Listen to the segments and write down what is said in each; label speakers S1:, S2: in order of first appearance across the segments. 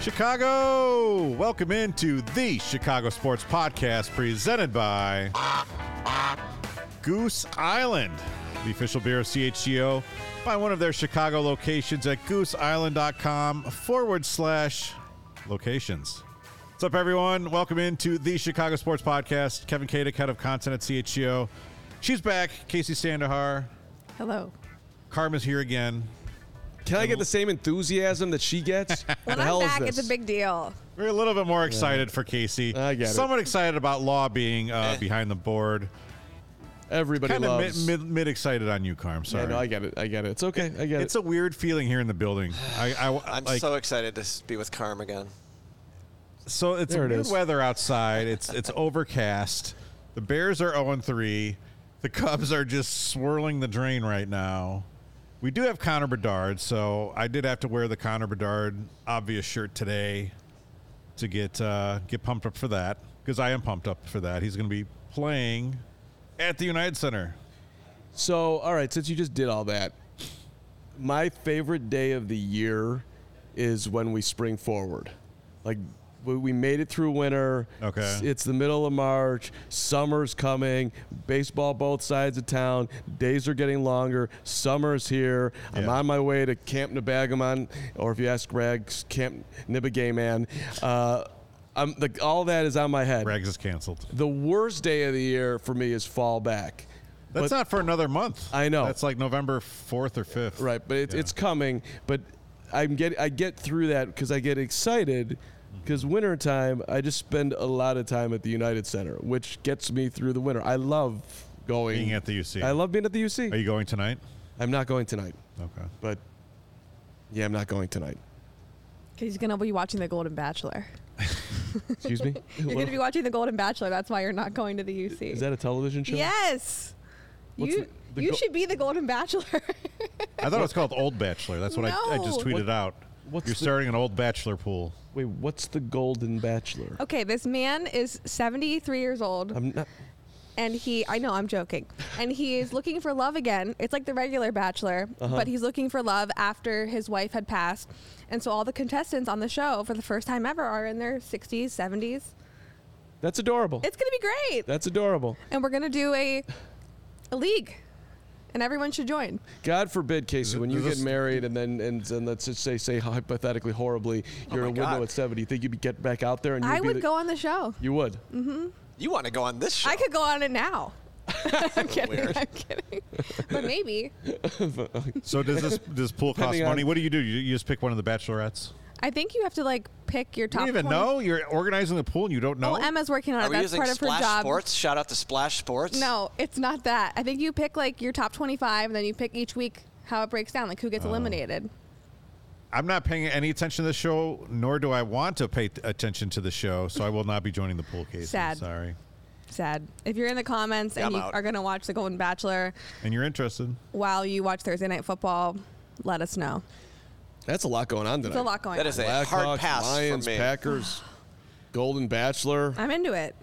S1: Chicago, welcome into the Chicago Sports Podcast presented by Goose Island, the official beer of CHGO, by one of their Chicago locations at gooseisland.com forward slash locations. What's up, everyone? Welcome into the Chicago Sports Podcast. Kevin Kadick, head of content at CHGO. She's back. Casey Sandahar.
S2: Hello.
S1: Karma's here again.
S3: Can I get the same enthusiasm that she gets?
S2: When
S3: the
S2: I'm
S3: hell
S2: back,
S3: is
S2: it's
S3: this?
S2: a big deal.
S1: We're a little bit more excited for Casey.
S3: I get it.
S1: Somewhat excited about Law being uh, behind the board.
S3: Everybody
S1: Kind of mid,
S3: loves.
S1: mid, mid excited on you, Carm. Sorry.
S3: yeah, no, I get it. I get it. It's okay. I get
S1: it's
S3: it.
S1: a weird feeling here in the building. I, I
S4: I'm
S1: like so,
S4: so excited to s- be with Carm again.
S1: it's
S3: There it
S1: weird
S3: is.
S1: weather outside. It's it's overcast. The Bears are 0 3. The Cubs are just swirling the drain right now. We do have Connor Bedard, so I did have to wear the Connor Bedard obvious shirt today to get uh, get pumped up for that because I am pumped up for that. He's going to be playing at the United Center.
S3: so, all right, since you just did all that, my favorite day of the year is when we spring forward. Like, we- we made it through winter.
S1: Okay.
S3: S- It's the middle of March. Summer's coming. Baseball, both sides of town. Days are getting longer. Summer's here. I'm
S1: Yeah.
S3: on my way to Camp Nabagamon, or if you ask Greg, Camp Nibagay Man. Uh, I'm, like, all that is on my head.
S1: Rags is canceled.
S3: The worst day of the year for me is fall back.
S1: That's
S3: But-
S1: not for another month.
S3: I know.
S1: That's like November 4th or 5th.
S3: right, but it,
S1: Yeah.
S3: it's coming. But I'm get I get through that because I get excited
S1: Mm-hmm.
S3: because wintertime I just spend a lot of time at the United Center, which gets me through the winter. I love going
S1: Being at the UC.
S3: I love being at the UC.
S1: Are you going tonight?
S3: I'm not going tonight,
S1: Okay.
S3: but yeah, I'm not going tonight.
S2: 'Cause He's going to be watching The Golden Bachelor.
S3: Excuse me.
S2: You're going to be watching The Golden Bachelor. That's why you're not going to the UC.
S3: Is that a television show?
S2: yes.
S3: What's
S2: you
S3: the- the
S2: you
S3: go-
S2: should be The Golden Bachelor.
S1: I thought it was called Old Bachelor. That's what I, I just
S2: No.
S1: tweeted out.
S3: what's
S1: You're
S3: the-
S1: starting an Old Bachelor pool.
S3: Wait, what's the Golden Bachelor?
S2: okay, this man is 73 years old.
S3: I'm not.
S2: and he I know I'm joking. And he is looking for love again. It's like the regular bachelor,
S3: Uh-huh.
S2: but he's looking for love after his wife had passed. And so all the contestants on the show for the first time ever are in their 60s, 70s.
S3: That's adorable.
S2: It's going to be great.
S3: That's adorable.
S2: and we're going to do a a league. And everyone should join.
S3: God forbid, Casey, when you
S1: Is
S3: get
S1: this-
S3: married and then and, and let's just say say hypothetically horribly, you're
S4: my
S3: a window
S4: God.
S3: at seventy. You think you'd be get back out there and you'd
S2: Oh I
S3: be
S2: would
S3: the-
S2: go Mm-hmm. on the show.
S3: You would.
S4: You want to go on this show?
S2: I could go on it now. I'm kidding.
S4: Weird.
S2: I'm kidding. But maybe.
S1: So does this this pool cost
S3: Depending on-
S1: money? What do you do? You, you just pick one of the bachelorettes.
S2: I think you have to like pick your
S1: You
S2: top.
S1: don't even
S2: 20.
S1: know you're organizing the pool and you don't know.
S2: Well, Emma's working on it.
S4: Are we
S2: That's
S4: using
S2: part of her
S4: Splash
S2: job.
S4: Sports? Shout out to Splash Sports.
S2: No, it's not that. I think you pick like your top 25 and then you pick each week how it breaks down, like who
S1: Oh.
S2: gets eliminated.
S1: I'm not paying any attention to the show, nor do I want to pay t- attention to the show. So I will not be joining the pool case.
S2: Sad.
S1: Sorry.
S2: Sad. If you're in the comments
S4: Yeah,
S2: and
S4: I'm
S2: you
S4: out.
S2: are going to watch The Golden Bachelor
S1: And you're interested?
S2: while you watch Thursday Night Football, let us know.
S3: That's a lot going on tonight.
S2: There's a lot going
S4: That
S2: on.
S4: is a hard
S3: Blackhawks,
S4: pass
S3: Lions,
S4: for me.
S3: Packers, Golden Bachelor.
S2: I'm into it.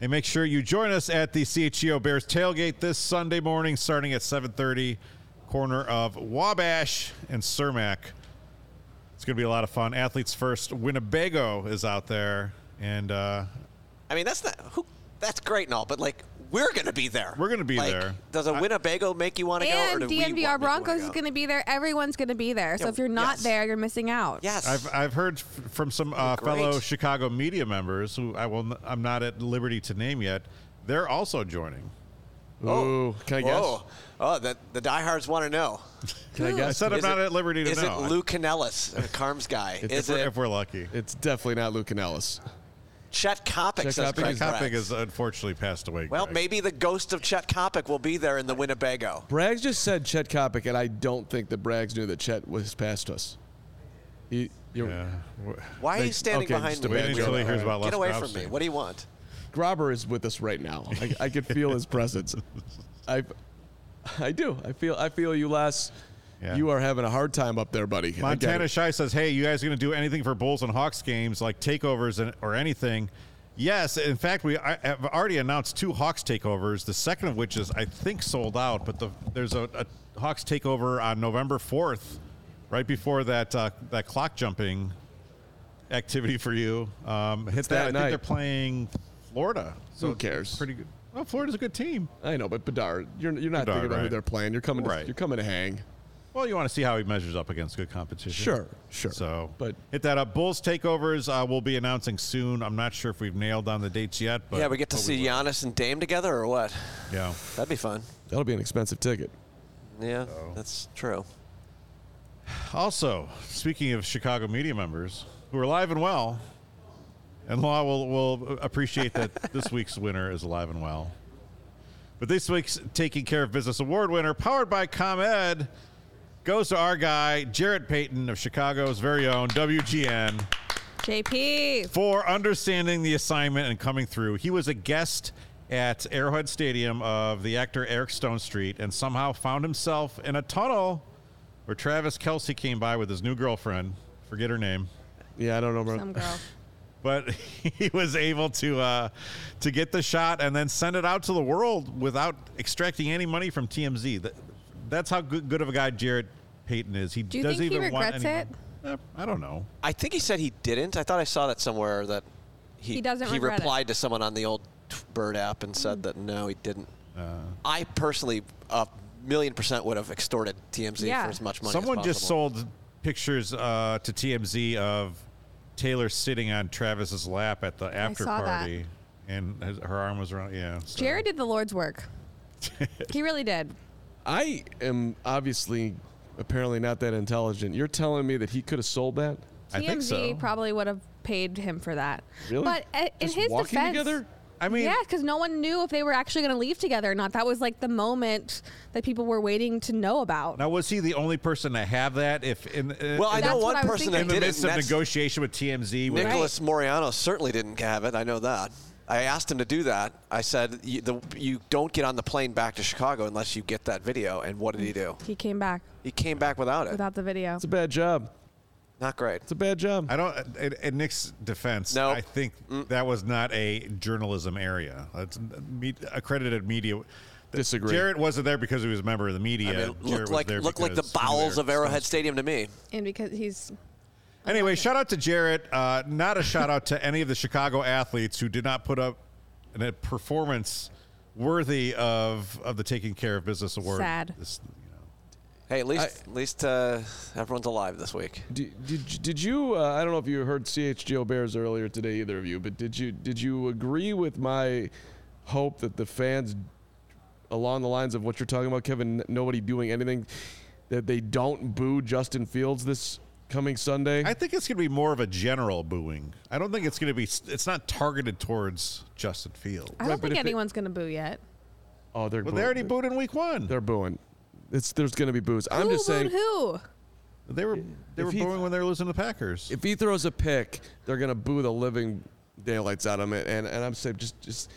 S1: And make sure you join us at the CHGO Bears tailgate this Sunday morning, starting at 7:30, corner of Wabash and Cermak. It's going to be a lot of fun. Athletes First Winnebago is out there, and uh,
S4: I mean, that's not who. That's great and all, but like, We're going to be there.
S1: We're gonna be
S4: Like,
S1: there.
S4: Does a Winnebago make you want to go? or
S2: And
S4: do we want- make
S2: DNVR
S4: you
S2: Broncos
S4: wanna
S2: is
S4: go?
S2: going to be there. Everyone's going to be there. So
S4: Yeah,
S2: if you're not
S4: yes.
S2: there, you're missing out.
S4: Yes.
S1: I've I've heard f- from some uh,
S4: great.
S1: fellow Chicago media members who I will n- I'm not at liberty to name yet. They're also joining.
S3: Ooh, can I guess?
S4: Oh, oh, the the diehards want to know.
S3: Can I
S2: Ooh.
S1: I
S3: guess?
S1: said I'm
S4: Is
S1: not
S4: it-
S1: at liberty to
S4: Is
S1: know.
S4: it Lou Canellis, uh, Carm's guy?
S1: if,
S4: is
S1: we're,
S4: it
S1: if we're lucky.
S3: It's definitely not Luke Ellis.
S4: Chet Kopic?
S3: Chet
S4: says
S3: Kopic
S4: Greg
S3: is-
S1: Kopic
S4: Bragg.
S1: has unfortunately passed away.
S4: Well,
S1: Greg.
S4: maybe the ghost of Chet Kopic will be there in the Winnebago.
S3: Braggs just said Chet Kopic, and I don't think that Braggs knew that Chet was past us. He, you're,
S1: Yeah. W-
S4: Why are
S3: They-
S4: you standing
S3: okay,
S4: behind
S3: just a
S4: me?
S3: minute
S1: Waiting until he hears about
S4: Get
S1: Les
S4: away
S1: Brown
S4: from me.
S1: soon.
S4: What do you want?
S3: Grobber is with us right now. I, I can feel his presence. I, I do. I feel. I feel you, Les.
S1: Yeah.
S3: You are having a hard time up there, buddy. I get
S1: Montana
S3: it.
S1: Shy says, "Hey, you guys going to do anything for Bulls and Hawks games like takeovers and, or anything?" Yes, in fact, we I, have already announced two Hawks takeovers. The second of which is, I think, sold out. But the, there's a, a Hawks takeover on November fourth, right before that uh, that clock jumping activity for you. Um, hit that. I
S3: that
S1: think they're
S3: night.
S1: playing Florida. So
S3: Who cares?
S1: Pretty good. Well, Florida's a good team.
S3: I know, but Bedard, you're you're not
S1: Bedard,
S3: thinking about who
S1: right.
S3: they're playing. You're coming. To,
S1: Right.
S3: You're coming to hang.
S1: Well, you want to see how he measures up against good competition.
S3: Sure, sure.
S1: So,
S3: But-
S1: hit that up. Bulls takeovers uh, we'll be announcing soon. I'm not sure if we've nailed down the dates yet, but
S4: yeah, we get to see Giannis and Dame together, or what?
S1: yeah.
S4: That'd be fun.
S3: That'll be an expensive ticket.
S4: Yeah, that's true.
S1: Also, speaking of Chicago media members who are alive and well, and Law will will appreciate that this week's winner is alive and well. But this week's Taking Care of Business Award winner, powered by ComEd, goes to our guy Jarrett Payton of Chicago's very own WGN.
S2: JP.
S1: for understanding the assignment and coming through. He was a guest at Arrowhead Stadium of the actor Eric Stone Street and somehow found himself in a tunnel where Travis Kelsey came by with his new girlfriend. Forget her name.
S3: Yeah, I don't know. About,
S2: Some girl.
S1: But he was able to uh, to get the shot and then send it out to the world without extracting any money from TMZ. That, that's how good, good of a guy Jared Payton is. He
S2: you
S1: doesn't
S2: think he
S1: even want
S2: regrets
S1: anyone- Eh, I don't know.
S4: I think he said he didn't. I thought I saw that somewhere that he
S2: He doesn't
S4: He
S2: regret it. Mm.
S4: replied to someone on the old t- Bird app and said that no, he didn't.
S1: Uh.
S4: I personally, a million percent, would have extorted TMZ
S2: Yeah.
S4: for as much money. as
S1: Someone just
S4: possible.
S1: sold pictures uh, to TMZ of Taylor sitting on Travis's lap at the after
S2: saw that.
S1: party, and his, her arm was around. Yeah, so-
S2: Jared did the Lord's work. he really did.
S3: I am obviously, apparently not that intelligent. You're telling me that he could have sold that?
S1: I
S2: TMZ
S1: think so.
S2: probably would have paid him for that.
S3: Really?
S2: But uh, in
S3: Just
S2: his
S3: walking
S2: defense,
S3: together?
S1: I mean,
S2: yeah, because no one knew if they were actually going to leave together or not. That was like the moment that people were waiting to know about.
S1: now was he the only person to have that? If in uh,
S4: Well, I
S1: in,
S4: know
S2: That's
S4: one
S2: what I was
S4: person that
S2: thinking.
S1: in the
S4: did
S1: midst
S4: it.
S1: of
S4: and that's-
S1: negotiation with TMZ, with,
S4: Nicholas Moriano certainly didn't have it. I know that. I asked him to do that. I said, you, the, "You don't get on the plane back to Chicago unless you get that video." And what did he do?
S2: He came back
S4: He came back without it.
S2: without the video.
S3: It's a bad job.
S4: Not great.
S3: It's a bad job.
S1: I don't. In, in Nick's defense,
S4: No.
S1: I think
S4: Mm.
S1: that was not a journalism area. That's uh, me, accredited media.
S3: Disagree.
S1: Jared wasn't there because he was a member of the media.
S4: I mean,
S1: Jarrett
S4: looked
S1: was
S4: like
S1: there
S4: looked like the
S1: because he was
S4: bowels
S1: there
S4: of
S1: at
S4: Arrowhead Stadium to me.
S2: And because he's
S1: Anyway, shout out to Jarrett. Uh, not a shout out to any of the Chicago athletes who did not put up an- a performance worthy of of the Taking Care of Business Award.
S2: Sad.
S1: This, you know.
S4: Hey, at least at least uh, everyone's alive this week.
S3: Did, did, did you? Uh, I don't know if you heard CHGO Bears earlier today, either of you, but did you did you agree with my hope that the fans, along the lines of what you're talking about, Kevin, n- nobody doing anything, that they don't boo Justin Fields this coming Sunday?
S1: I think it's going to be more of a general booing. I don't think it's going to be. It's not targeted towards Justin Fields.
S2: I don't
S3: but
S2: think
S3: if it-
S2: anyone's going to boo yet.
S3: oh, they're
S1: Well,
S3: boo-
S1: they already booed in week one.
S3: They're booing. It's there's gonna be boos. I'm
S2: who
S3: just saying.
S2: booed who?
S1: They were they
S3: If
S1: were
S3: he-
S1: booing when they were losing to the Packers.
S3: if he throws a pick, they're gonna boo the living daylights out of him. And and I'm saying just just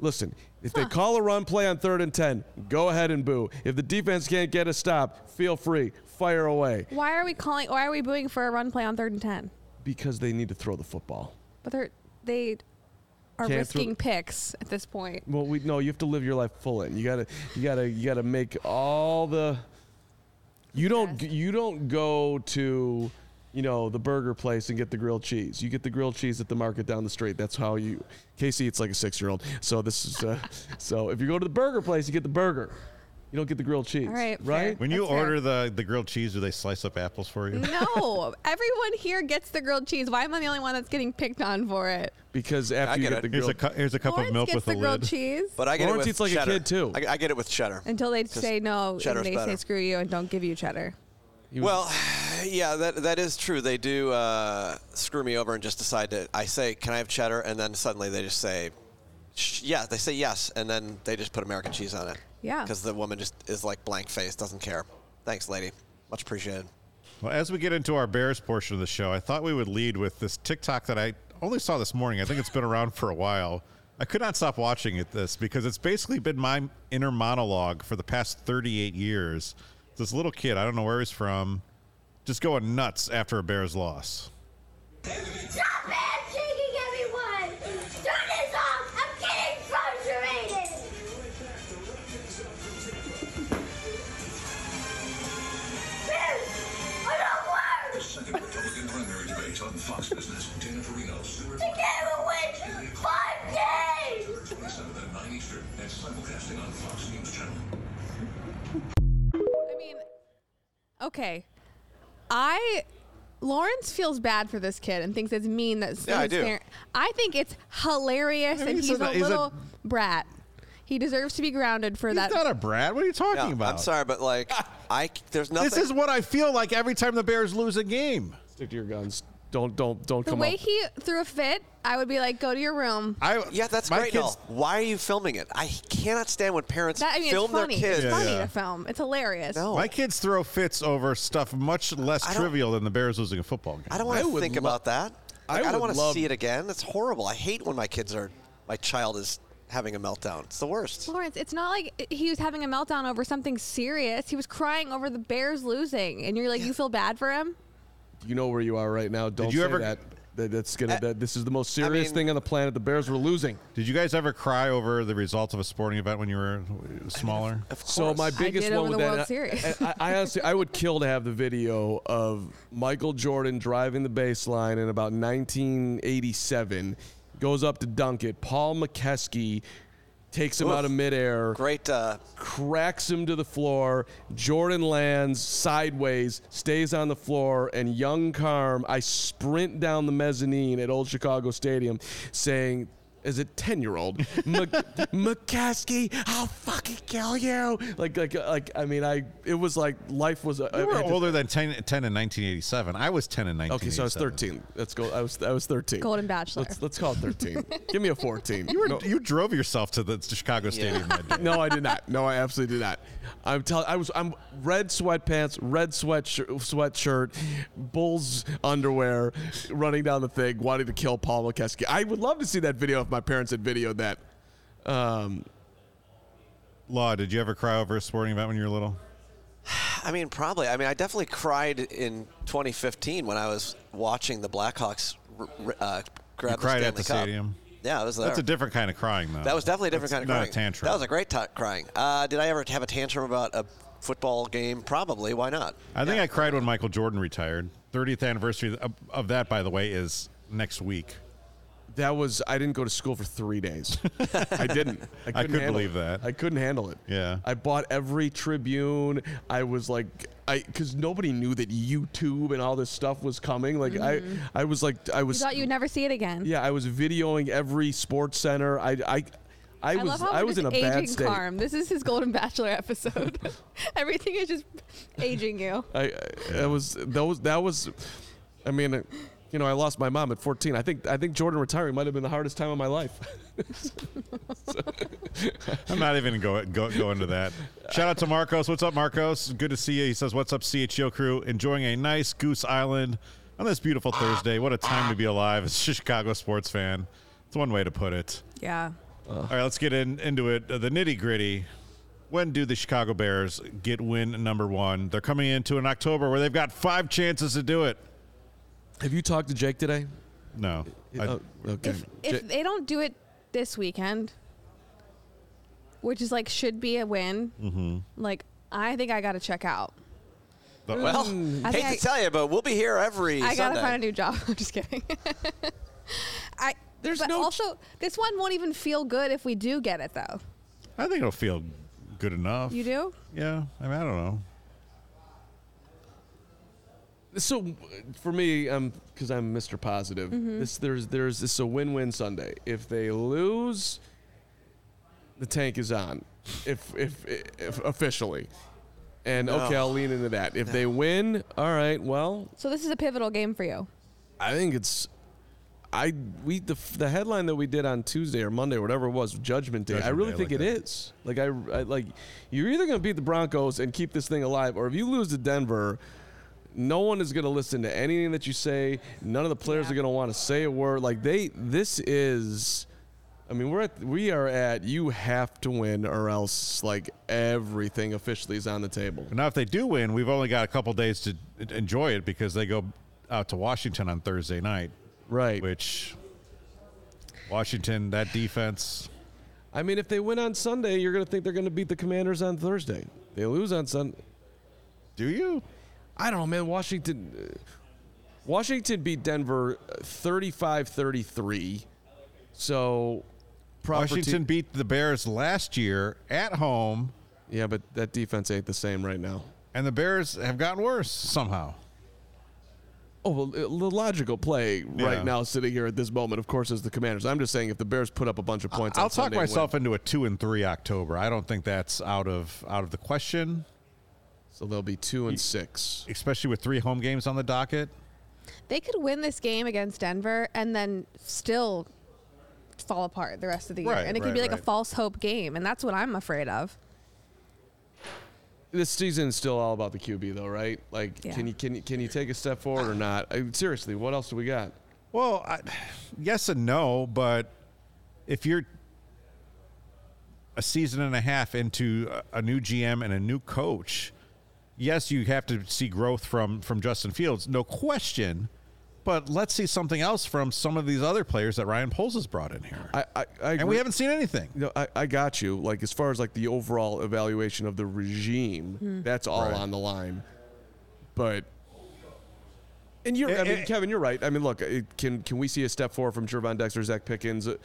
S3: listen. If they call a run play on third and ten, go ahead and boo. If the defense can't get a stop, feel free, fire away
S2: Why are we calling? Why are we booing for a run play on third and ten?
S3: because they need to throw the football.
S2: But they're they are
S3: Can't throw-
S2: risking picks at this point.
S3: Well, we no, you have to live your life full in. You gotta you gotta you gotta make all the. You don't you don't go to you know, the burger place and get the grilled cheese. You get the grilled cheese at the market down the street. That's how you. Casey, it's like a six-year-old. So this is. Uh, so if you go to the burger place, you get the burger. You don't get the grilled cheese.
S2: All right, fair.
S3: Right.
S1: When you
S2: That's fair.
S1: order the, the grilled cheese, do they slice up apples for you?
S2: No, everyone here gets the grilled cheese. Why am I the only one that's getting picked on for it?
S3: Because after
S4: I
S3: you
S4: get
S3: get
S4: it.
S3: the grilled.
S1: Here's a cu- here's a cup
S2: Lawrence
S1: of milk
S2: gets
S1: with
S2: the
S1: a
S2: grilled
S1: lid.
S2: cheese
S4: But I get
S3: Lawrence
S4: it with
S3: eats like a
S4: cheddar.
S3: kid, too.
S4: I, I get it with cheddar.
S2: until they say no and
S4: cheddar's
S2: they say
S4: better.
S2: screw you and don't give you cheddar.
S4: Well, yeah, that that is true. They do uh, screw me over and just decide to. I say, "Can I have cheddar?" And then suddenly they just say, "Sh- "Yeah." They say yes, and then they just put American cheese on it.
S2: Yeah.
S4: Because the woman just is like blank faced, doesn't care. Thanks, lady. Much appreciated.
S1: Well, as we get into our Bears portion of the show, I thought we would lead with this TikTok that I only saw this morning. I think it's been around for a while. I could not stop watching it this because it's basically been my inner monologue for the past 38 years. This little kid, I don't know where he's from, just going nuts after a Bears loss.
S5: Stop shaking everyone! Turn this off! I'm getting frustrated! Bears, I don't work!
S6: Second Republican primary debate on Fox Business. Dana Perino, Stuart
S5: The game will win five days!
S6: 27th at 9 Eastern and simulcasting on Fox News Channel.
S2: I mean, okay. I Lawrence feels bad for this kid and thinks it's mean that
S4: Yeah, I
S2: his
S4: do.
S2: parent- I think it's hilarious,
S1: I mean,
S2: and
S1: he's
S2: he's,
S1: not-
S2: a
S1: he's a-
S2: little brat. He deserves to be grounded for that.
S1: He's not a brat. What are you
S4: Yeah,
S1: talking about?
S4: I'm sorry, but like, I c- there's nothing.
S1: This is what I feel like every time the Bears lose a game.
S3: Stick to your guns. Don't don't don't
S2: the
S3: come
S2: way
S3: up.
S2: he threw a fit, I would be like, "Go to your room."
S1: I
S4: yeah, that's
S1: my
S4: great. and
S1: kids-
S4: all. Why are you filming it? I cannot stand when parents
S2: That I mean,
S4: film
S2: it's funny.
S4: their kids.
S2: It's funny
S1: yeah.
S2: to film. It's hilarious.
S4: No,
S1: My kids throw fits over stuff much less
S4: I don't-
S1: trivial than the Bears losing a football game.
S4: I don't
S3: I
S4: want to
S3: would
S4: think
S3: lo-
S4: about that.
S3: I
S4: Like, I,
S3: would
S4: don't want to
S3: love-
S4: see it again. It's horrible. I hate when my kids are, my child is having a meltdown. It's the worst.
S2: Lawrence, it's not like i- he was having a meltdown over something serious. He was crying over the Bears losing, and you're like, you feel bad for him.
S3: you know where you are right now. Don't
S1: you
S3: say
S1: ever-
S3: that. That- That's gonna. that, this is the most serious
S4: mean-
S3: thing on the planet. The Bears were losing.
S1: Did you guys ever cry over the results of a sporting event when you were smaller?
S4: Of course.
S3: So my biggest
S2: did
S3: one
S2: over
S3: with that,
S2: the World
S3: and I-
S2: Series.
S3: I, I honestly, I would kill to have the video of Michael Jordan driving the baseline in about 1987, goes up to dunk it. Paul McKeskey takes him
S4: Oof.
S3: out of midair,
S4: Great. Uh,
S3: cracks him to the floor. Jordan lands sideways, stays on the floor, and young Carm, I sprint down the mezzanine at Old Chicago Stadium, saying. As a ten-year-old, Mc- McCaskey, I'll fucking kill you! Like, like, like. I mean, I. It was like life was. I- I
S1: You were
S3: had to-
S1: older than 10, 10 in 1987. I was 10 in 1987.
S3: okay, so I was thirteen. Let's go. I was. I was thirteen.
S2: Golden Bachelor.
S3: Let's, let's call it thirteen. Give me a fourteen.
S1: You, were,
S3: No-
S1: you drove yourself to the Chicago Stadium that day.
S3: no, I did not. No, I absolutely did not. I'm tell. I was. I'm red sweatpants, red sweatshirt, sweatshirt, Bulls underwear, running down the thing, wanting to kill Paul McKeskey. I would love to see that video if my parents had videoed that. Um,
S1: Law, did you ever cry over a sporting event when you were little?
S4: I mean, probably. I mean, I definitely cried in 2015 when I was watching the Blackhawks r- r- uh, grab
S1: You cried
S4: the Stanley
S1: at the
S4: Cup.
S1: stadium?
S4: Yeah, I was there.
S1: That's a different kind of crying, though.
S4: that was definitely a different
S1: That's
S4: kind of
S1: not
S4: crying.
S1: a tantrum.
S4: That was a great t- crying. Uh, did I ever have a tantrum about a football game? Probably. Why not?
S1: I think
S4: Yeah.
S1: I cried when Michael Jordan retired. 30th anniversary of, of that, by the way, is next week.
S3: that was. I didn't go to school for three days. I didn't. I, couldn't
S1: couldn't
S3: handle
S1: believe
S3: it.
S1: that.
S3: I couldn't handle it.
S1: Yeah.
S3: I bought every Tribune. I was like, I because nobody knew that YouTube and all this stuff was coming. Like I, I was like, I
S2: Mm-hmm. You
S3: was.
S2: thought you'd never see it again.
S3: Yeah, I was videoing every sports center. I I I
S2: I
S3: was
S2: love how
S3: I
S2: we're
S3: was in
S2: just
S3: a
S2: aging
S3: bad state.
S2: Carm. This is his Golden Bachelor episode. Everything is just aging you.
S3: I, I that was that was that was I mean, uh, you know, I lost my mom at 14. I think I think Jordan retiring might have been the hardest time of my life.
S1: I'm not even going go, go into that. Shout out to Marcos. What's up, Marcos? Good to see you. He says, "What's up, CHO crew? Enjoying a nice Goose Island on this beautiful Thursday. What a time to be alive as a Chicago sports fan. It's one way to put it.
S2: Yeah.
S1: All right, let's get in, into it. Uh, the nitty gritty. When do the Chicago Bears get win number one? They're coming into an October where they've got five chances to do it.
S3: have you talked to Jake today?
S1: No, I-
S3: oh, okay.
S2: If if
S3: Ja-
S2: they don't do it this weekend,
S4: Mm-hmm.
S2: which is like should be a win, like I think I got to check out.
S1: The-
S4: Well,
S2: Mm. I
S4: hate
S2: think I-
S4: to tell you, but we'll be here every
S2: I gotta
S4: Sunday.
S2: find a new job. I'm just kidding. I
S3: There's
S2: but
S3: no-
S2: also this one won't even feel good if we do get it though.
S1: I think it'll feel good enough.
S2: You do?
S1: Yeah. I mean, I don't know.
S3: so uh, for me i'm because i'm mr positive this there's there's this a win-win sunday if they lose the tank is on if if, if officially and okay i'll lean into that if they win all right well
S2: So this is a pivotal game for you.
S3: i think it's i we the, the headline that we did on tuesday or monday or whatever it was judgment day i
S1: Judgment
S3: really
S1: Day,
S3: think
S1: like
S3: it
S1: that.
S3: is like I, I like you're either going to beat the broncos and keep this thing alive or if you lose to denver no one is going to listen to anything that you say. None of the players are going to want to say a word. Like they, this is. I mean, we're at we are at. You have to win, or else like everything officially is on the table.
S1: Now, if they do win, we've only got a couple days to enjoy it because they go out to Washington on Thursday night,
S3: Right.
S1: which Washington, that defense.
S3: I mean, if they win on Sunday, you're going to think they're going to beat the Commanders on Thursday. They lose on Sunday.
S1: Do you?
S3: I don't know, man. Washington, uh, Washington beat Denver uh, 35-33. So, proper te-
S1: Washington beat the Bears last year at home,
S3: yeah, but that defense ain't the same right now.
S1: and the Bears have gotten worse somehow.
S3: Oh, well, the logical play
S1: Yeah.
S3: right now, sitting here at this moment, of course, is the Commanders. I'm just saying, if the Bears put up a bunch of points,
S1: I'll
S3: on
S1: talk
S3: Sunday and win,
S1: myself into a two and three October. I don't think that's out of out of the question,
S3: So they'll be two and six.
S1: especially with three home games on the docket.
S2: They could win this game against Denver and then still fall apart the rest of the year.
S1: Right,
S2: and it could
S1: right,
S2: be like a
S1: right.
S2: false hope game, and that's what I'm afraid of.
S3: This season is still all about the QB, though, right? Like,
S2: Yeah.
S3: can you can you, can you take a step forward or not? I, seriously, what else do we got?
S1: Well, I, yes and no, but if you're a season and a half into a- a new GM and a new coach, yes, you have to see growth from from Justin Fields, no question. But let's see something else from some of these other players that Ryan Poles has brought in here,
S3: I I, I
S1: and we haven't seen anything.
S3: No, I, I got you. Like as far as like the overall evaluation of the regime, that's all on the line. But and you're, I
S1: Eh,
S3: mean,
S1: eh.
S3: Kevin, you're right. I mean, look, it, can can we see a step forward from Jervon Dexter, Zach Pickens? Uh,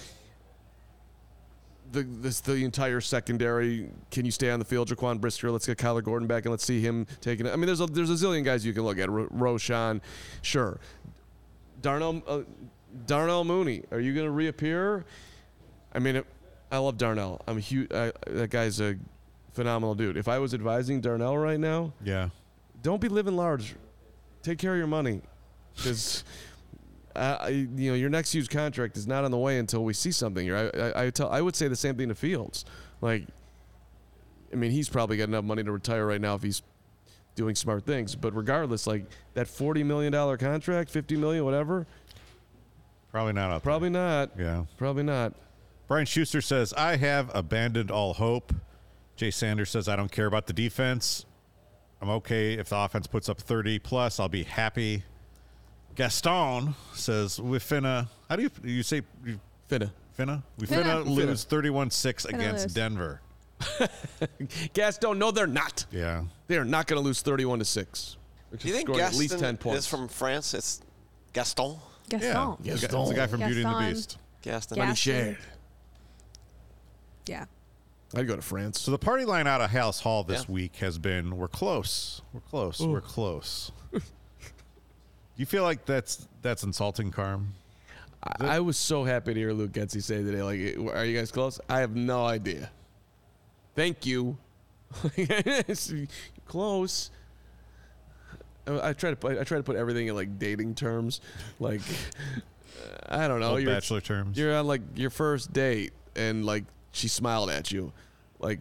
S3: The this the entire secondary. Can you stay on the field, Jaquan Brisker? Let's get Kyler Gordon back and let's see him taking it. I mean, there's a there's a zillion guys you can look at. Ro- Roshan, sure. Darnell uh, Darnell Mooney, are you going to reappear? I mean, it, I love Darnell. I'm a huge. I, that guy's a phenomenal dude. If I was advising Darnell right now,
S1: Yeah,
S3: don't be living large. Take care of your money, because. I, I- you know, your next huge contract is not on the way until we see something here. I, I, I tell, I would say the same thing to Fields. Like, I mean, he's probably got enough money to retire right now if he's doing smart things. But regardless, like that forty million dollar contract, fifty million, whatever,
S1: probably not. Out there.
S3: probably not.
S1: Yeah.
S3: probably not.
S1: Brian Schuster says, I have abandoned all hope. Jay Sanders says, I don't care about the defense. I'm okay if the offense puts up 30 plus. I'll be happy. Gaston says, we finna, how do you, you say, you,
S3: Finna.
S1: finna? We
S2: Finna.
S1: finna, lose
S3: Finna.
S1: 31 6 against
S2: lose.
S1: Denver.
S3: Gaston, no, they're not.
S1: Yeah.
S3: They are not going to lose 31 to 6.
S4: Do you think
S3: Scoring
S4: Gaston
S3: at least 10 points.
S4: is from France? It's Gaston.
S2: Gaston.
S1: Yeah. It's the guy- it's the guy from Beauty and the
S2: Gaston.
S1: Beast.
S4: Gaston.
S2: Gaston.
S3: shared.
S2: Yeah.
S3: I'd go to France.
S1: So the party line out of House Hall this
S4: Yeah.
S1: week has been we're close. We're close. We're close. Do you feel like that's that's insulting, Carm?
S3: I, I was so happy to hear Luke Getzey say today, like, are you guys close? I have no idea. Thank you. close. I, I try to put, I try to put everything in like dating terms, like I don't know.
S1: Old
S3: you're-
S1: bachelor terms.
S3: You're on like your first date, and like she smiled at you, like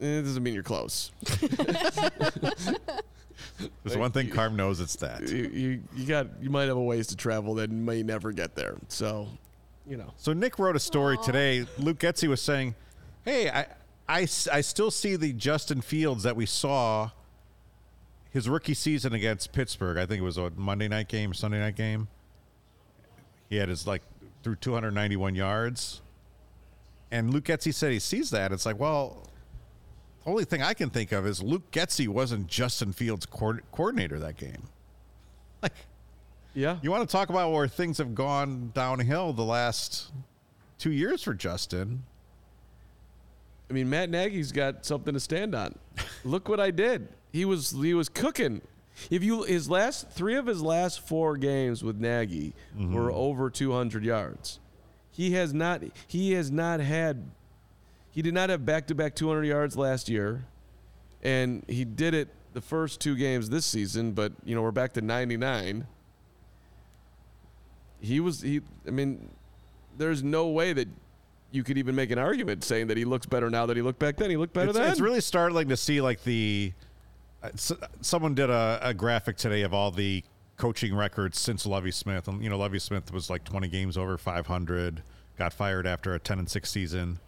S3: eh, it doesn't mean you're close.
S1: There's one thing Carm knows it's that.
S3: you, you you got you might have a ways to travel that may never get there. So, you know,
S1: So Nick wrote a story today. Luke Getzey was saying, "Hey, I, I s- I still see the Justin Fields that we saw his rookie season against Pittsburgh. I think it was a Monday night game or Sunday night game. He had his like through 291 yards, and Luke Getzey said he sees that. It's like, well, only thing I can think of is Luke Getzey wasn't Justin Fields' coor- coordinator that game. Like,
S3: Yeah.
S1: you want to talk about where things have gone downhill the last two years for Justin?
S3: I mean, Matt Nagy's got something to stand on. Look what I did. He was he was cooking. If you his last three of his last four games with Nagy were over 200 yards. He has not he has not had he did not have back-to-back 200 yards last year and he did it the first two games this season, but you know, we're back to 99. He was he I mean, there's no way that you could even make an argument saying that he looks better now that he looked back then. He looked better
S1: It's,
S3: then.
S1: it's really startling to see like the uh, s- someone did a, a graphic today of all the coaching records since Lovey Smith, and you know Lovey Smith was like 20 games over 500, got fired after a 10 and 6 season.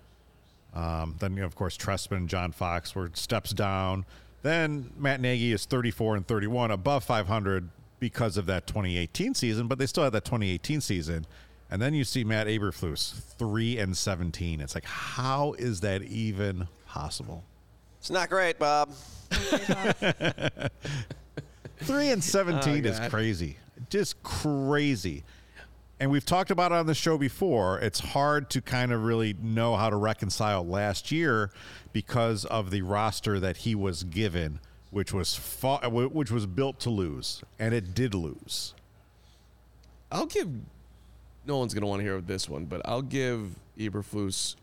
S1: Um, then you know, of course Trestman and John Fox were steps down. Then Matt Nagy is 34 and 31 above 500 because of that 2018 season, but they still had that 2018 season. And then you see Matt Aberflus 3 and 17. It's like how is that even possible?
S4: It's not great, Bob.
S1: Three and seventeen
S3: Oh,
S1: is
S3: God.
S1: crazy, just crazy. And we've talked about it on the show before. It's hard to kind of really know how to reconcile last year because of the roster that he was given, which was fa- which was built to lose, and it did lose.
S3: I'll give. No one's gonna want to hear this one, but I'll give Eberflus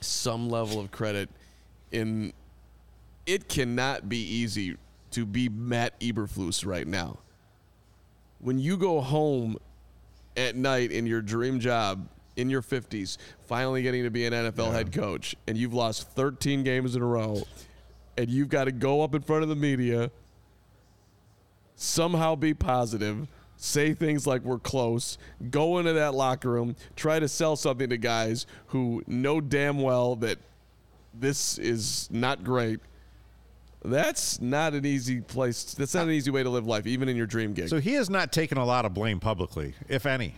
S3: some level of credit. In it cannot be easy to be Matt Eberflus right now. When you go home at night in your dream job in your 50s, finally getting to be an NFL head coach, and you've lost 13 games in a row, and you've got to go up in front of the media somehow be positive, say things like we're close, go into that locker room, try to sell something to guys who know damn well that this is not great. That's not an easy place. That's not an easy way to live life, even in your dream gig.
S1: So he has not taken a lot of blame publicly, if any.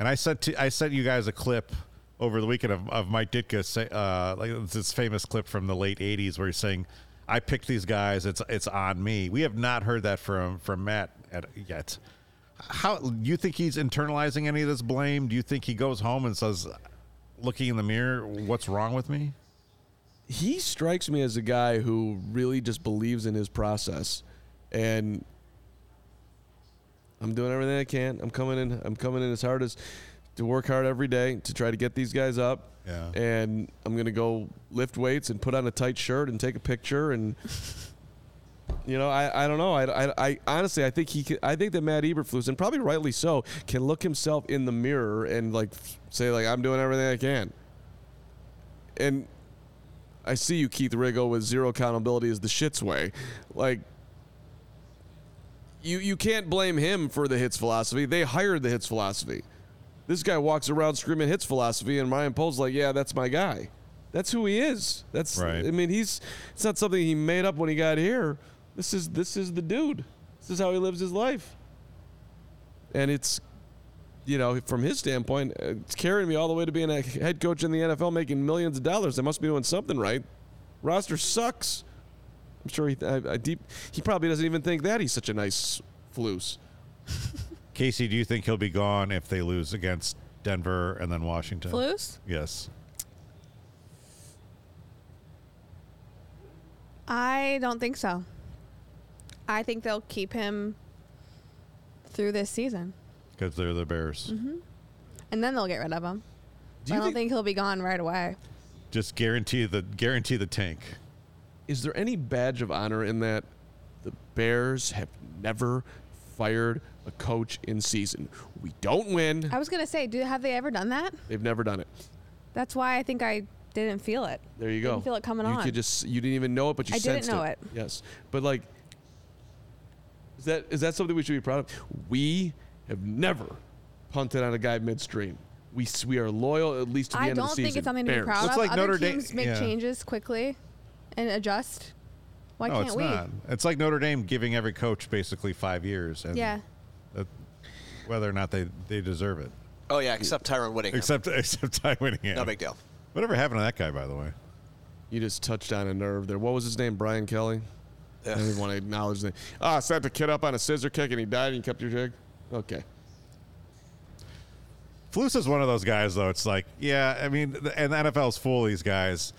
S1: And I sent to, I sent you guys a clip over the weekend of, of Mike Ditka, say, uh, like this famous clip from the late '80s where he's saying, "I picked these guys. It's it's on me." We have not heard that from from Matt at, yet. How you think he's internalizing any of this blame? Do you think he goes home and says, looking in the mirror, "What's wrong with me?"
S3: he strikes me as a guy who really just believes in his process and I'm doing everything I can. I'm coming in I'm coming in as hard as to work hard every day to try to get these guys up.
S1: Yeah.
S3: And I'm going to go lift weights and put on a tight shirt and take a picture and you know, I, I don't know. I, I, I honestly, I think he can, I think that Matt Eberflus, and probably rightly so, can look himself in the mirror and like say like I'm doing everything I can. And I see you, Keith Riggle, with zero accountability is the shits way. Like, you you can't blame him for the hits philosophy. They hired the hits philosophy. This guy walks around screaming hits philosophy, and Ryan Pohl's like, "Yeah, that's my guy. That's who he is. That's
S1: Right.
S3: I mean, he's it's not something he made up when he got here. This is this is the dude. This is how he lives his life. And it's." You know, from his standpoint, uh, it's carrying me all the way to being a head coach in the NFL, making millions of dollars. I must be doing something right. Roster sucks. I'm sure he I, I deep. He probably doesn't even think that he's such a nice flus.
S1: Casey, do you think he'll be gone if they lose against Denver and then Washington?
S2: Flus?
S1: Yes.
S2: I don't think so. I think they'll keep him through this season,
S1: Because they're the Bears.
S2: and then they'll get rid of him.
S3: Do
S2: I
S3: you
S2: don't think he'll be gone right away.
S1: Just guarantee the guarantee the tank.
S3: is there any badge of honor in that? The Bears have never fired a coach in season. We don't win.
S2: I was gonna say, do have they ever done that?
S3: They've never done it.
S2: That's why I think I didn't feel it.
S3: There you go.
S2: Didn't feel it coming
S3: you
S2: on.
S3: could just you didn't even know it, but you
S2: I didn't
S3: sensed
S2: know
S3: it.
S2: it.
S3: Yes, but like, is that is that something we should be proud of? We have never punted on a guy midstream. We s- we are loyal at least to the
S2: I
S3: end
S2: don't
S3: of the season.
S2: think it's something to
S3: Bears.
S2: be proud
S1: Looks
S2: of.
S1: like
S2: Other
S1: Notre Dame-
S2: teams make
S1: yeah.
S2: changes quickly and adjust. Why
S1: no,
S2: can't
S1: it's
S2: we?
S1: not. It's like Notre Dame giving every coach basically five years, and
S2: Yeah.
S1: that- whether or not they, they deserve it.
S4: Oh yeah, except Tyron Whittingham.
S1: Except except Ty Winningham.
S4: no big deal.
S1: Whatever happened to that guy, by the way?
S3: You just touched on a nerve there. What was his name? Brian Kelly. I don't even want to acknowledge that. Ah, set the kid up on a scissor kick and he died and you kept your jig. Okay.
S1: Flus is one of those guys, though. It's like, yeah, I mean, the- and the NFL's full of these guys.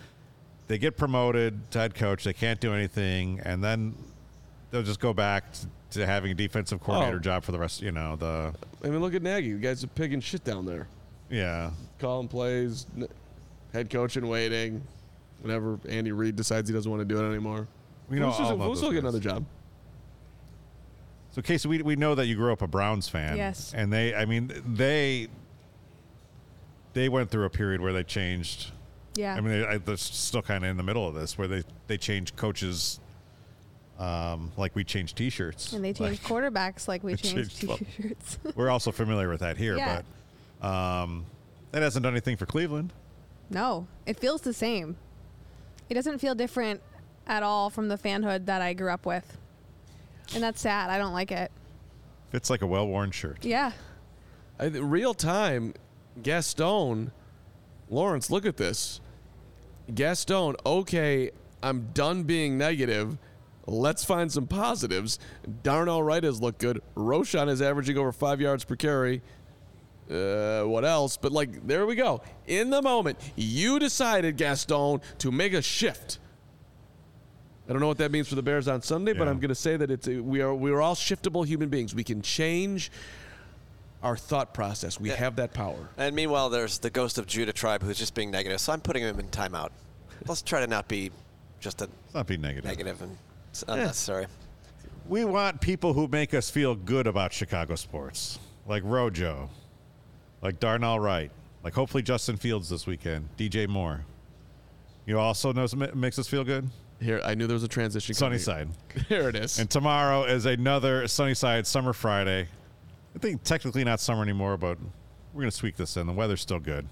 S1: They get promoted to head coach, they can't do anything, and then they'll just go back t- to having a defensive coordinator
S3: Oh.
S1: job for the rest. You know, the
S3: I mean, look at Nagy. The guy's are picking shit down there.
S1: yeah,
S3: Calling plays, n- head coach in waiting. Whenever Andy Reid decides he doesn't want to do it anymore.
S1: We know
S3: Flus is-
S1: all about
S3: Flus
S1: those
S3: will
S1: guys.
S3: get another job.
S1: So, Casey, we, we know that you grew up a Browns fan.
S2: Yes.
S1: And they, I mean, they they went through a period where they changed.
S2: Yeah.
S1: I mean, they, I, they're still kind of in the middle of this, where they they changed coaches, um, like we change T-shirts.
S2: and they changed
S1: Like,
S2: quarterbacks like we
S1: They
S2: changed
S1: changed-
S2: t-shirts.
S1: we're also familiar with that here,
S2: Yeah.
S1: but um, that hasn't done anything for Cleveland.
S2: no, it feels the same. It doesn't feel different at all from the fanhood that I grew up with. And that's sad. I don't like it.
S1: Fits like a well-worn shirt.
S2: Yeah.
S3: I, th- real time, Gaston, Lawrence, look at this. Gaston, okay, I'm done being negative. Let's find some positives. Darnell Wright has looked good. Roshan is averaging over five yards per carry. Uh, what else? But like, there we go. In the moment, you decided, Gaston, to make a shift. I don't know what that means for the Bears on Sunday, but
S1: Yeah.
S3: I'm going to say that it's we are we are all shiftable human beings. We can change our thought process. We have that power.
S4: And meanwhile, there's the ghost of Judah Tribe who's just being negative. So I'm putting him in timeout. Let's try to not be just a
S1: Let's not be negative.
S4: negative and it's unnecessary.
S1: We want people who make us feel good about Chicago sports, like Rojo, like Darnell Wright, like hopefully Justin Fields this weekend, DJ Moore. You also know what makes us feel good?
S3: Here, I knew there was a transition. coming.
S1: Sunnyside.
S3: Here it is.
S1: And tomorrow is another Sunnyside Summer Friday. I think technically not summer anymore, but we're going to squeak this in. The weather's still good.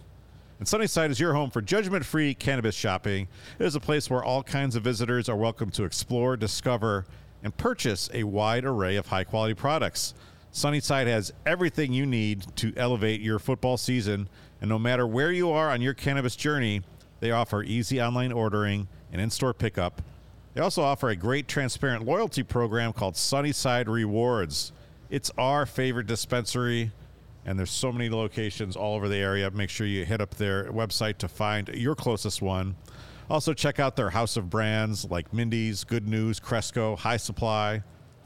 S1: And Sunnyside is your home for judgment free cannabis shopping. It is a place where all kinds of visitors are welcome to explore, discover, and purchase a wide array of high quality products. Sunnyside has everything you need to elevate your football season. And no matter where you are on your cannabis journey, they offer easy online ordering and in store pickup. They also offer a great transparent loyalty program called Sunnyside Rewards. It's our favorite dispensary, and there's so many locations all over the area. Make sure you hit up their website to find your closest one. Also, check out their house of brands like Mindy's, Good News, Cresco, High Supply,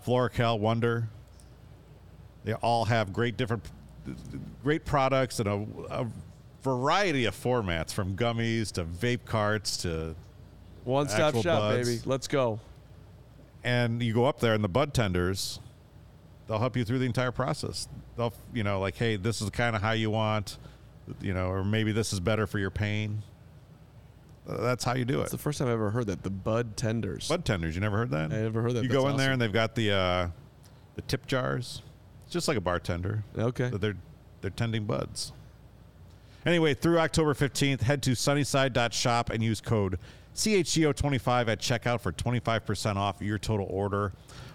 S1: Floracal, Wonder. They all have great different, great products and a, a variety of formats from gummies to vape carts to
S3: One stop
S1: actual
S3: shop,
S1: buds.
S3: baby. Let's go.
S1: and you go up there and the bud tenders they'll help you through the entire process they'll you know like hey this is kind of how you want you know or maybe this is better for your pain Uh, that's how you do it
S3: It's the first time I've ever heard that. The bud tenders.
S1: bud tenders you never heard that
S3: I never heard that.
S1: you
S3: That's
S1: go in
S3: awesome.
S1: there and they've got the uh the tip jars it's just like a bartender
S3: Okay.
S1: but they're they're tending buds Anyway, through October 15th, head to sunnyside.shop and use code CHGO25 at checkout for 25% off your total order.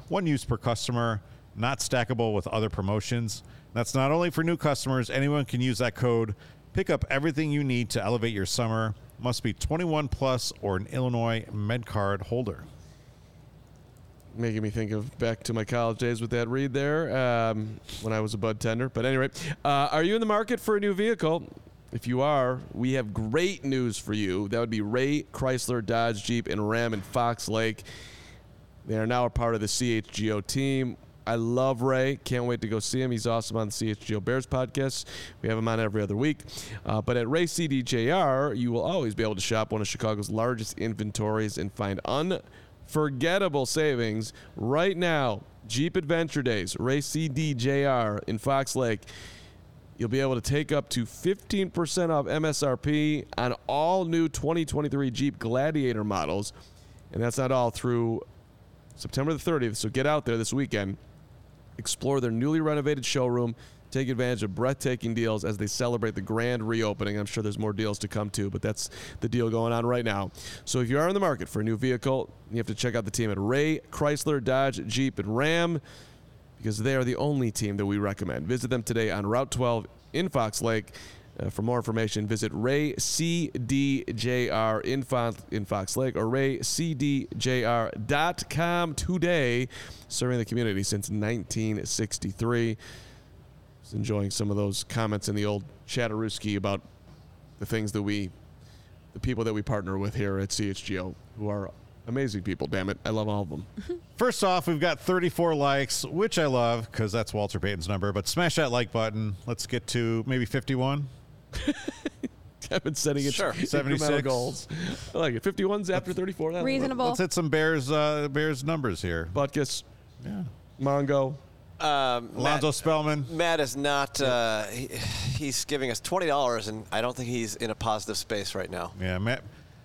S1: One use per customer, not stackable with other promotions. That's not only for new customers, anyone can use that code. Pick up everything you need to elevate your summer. Must be 21 plus or an Illinois med card holder.
S3: making me think of back to my college days with that read there um, when I was a bud tender. But anyway, uh, are you in the market for a new vehicle? If you are, we have great news for you. That would be Ray Chrysler Dodge Jeep and Ram in Fox Lake. They are now a part of the CHGO team. I love Ray. Can't wait to go see him. He's awesome on the CHGO Bears podcast. We have him on every other week. Uh, but at Ray CDJR, you will always be able to shop one of Chicago's largest inventories and find unforgettable savings right now. Jeep Adventure Days, Ray CDJR in Fox Lake. You'll be able to take up to 15% off MSRP on all new 2023 Jeep Gladiator models. And that's not all through September the 30th. So get out there this weekend, explore their newly renovated showroom, take advantage of breathtaking deals as they celebrate the grand reopening. I'm sure there's more deals to come to, but that's the deal going on right now. So if you are in the market for a new vehicle, you have to check out the team at Ray, Chrysler, Dodge, Jeep, and Ram because they are the only team that we recommend. Visit them today on Route 12 in Fox Lake. Uh, for more information, visit raycdjr in, Fon- in Fox Lake or raycdjr.com today, serving the community since 1963. Just enjoying some of those comments in the old Chatterooski about the things that we, the people that we partner with here at CHGO, who are amazing people, damn it. I love all of them.
S1: First off, we've got 34 likes, which I love because that's Walter Payton's number. But smash that like button. Let's get to maybe 51.
S3: I've been setting it
S4: Sure.
S3: incremental
S1: 76.
S3: goals. I like it. 51's after 34. That's
S2: Reasonable.
S1: Let's hit some Bears uh, Bears numbers here.
S3: Butkus. Yeah. Mongo.
S4: Um, Matt-
S1: Alonzo Spellman.
S4: Matt is not. Uh, he, he's giving us twenty dollars, and I don't think he's in a positive space right now.
S1: Yeah, Matt.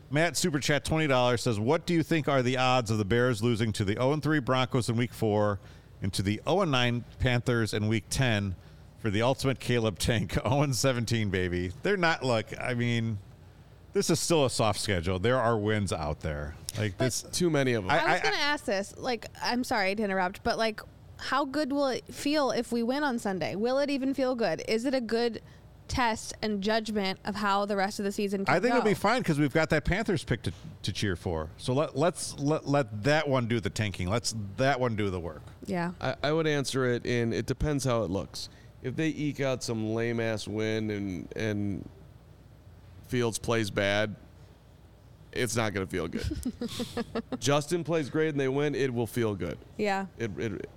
S1: Matt Super Chat twenty dollars says, "What do you think are the odds of the Bears losing to the 0 3 Broncos in Week Four, and to the 0 9 Panthers in Week Ten for the ultimate Caleb tank 0 17 baby? They're not. Look, I mean, this is still a soft schedule. There are wins out there. Like this,
S3: Too many of them.
S1: I-
S2: I was going to ask this. Like, I'm sorry to interrupt, but like, how good will it feel if we win on Sunday? Will it even feel good? Is it a good test and judgment of how the rest of the season? Can
S1: I think it'll
S2: go?
S1: be fine because we've got that Panthers pick to, to cheer for. So let, let's let let that one do the tanking. Let's that one do the work.
S2: Yeah.
S3: I, I would answer it in it depends how it looks. If they eke out some lame ass win and and Fields plays bad, it's not gonna feel good. Justin plays great and they win, it will feel good.
S2: Yeah.
S3: It, it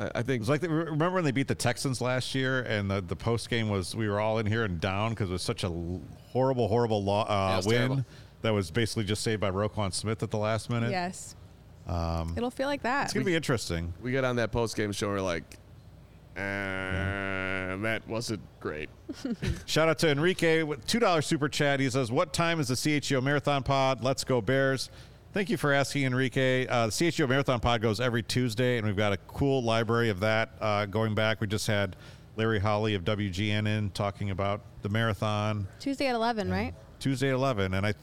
S3: I I think
S1: It's like the, remember when they beat the Texans last year, and the, the post game was we were all in here and down because it was such a l- horrible, horrible lo-
S4: it
S1: uh,
S4: was
S1: win
S4: terrible.
S1: that was basically just saved by Roquan Smith at the last minute.
S2: Yes. It'll feel like that.
S1: Um, it's gonna be interesting.
S3: we got on that post game show and we're like uh, that wasn't great.
S1: Shout out to Enrique with two dollar super chat. He says, "What time is the CHGO Marathon Pod? Let's go Bears!" Thank you for asking, Enrique. Uh, the CHGO Marathon Pod goes every Tuesday, and we've got a cool library of that uh, going back. We just had Larry Holly of WGN in talking about the marathon.
S2: Tuesday at 11, right?
S1: Tuesday at eleven, and I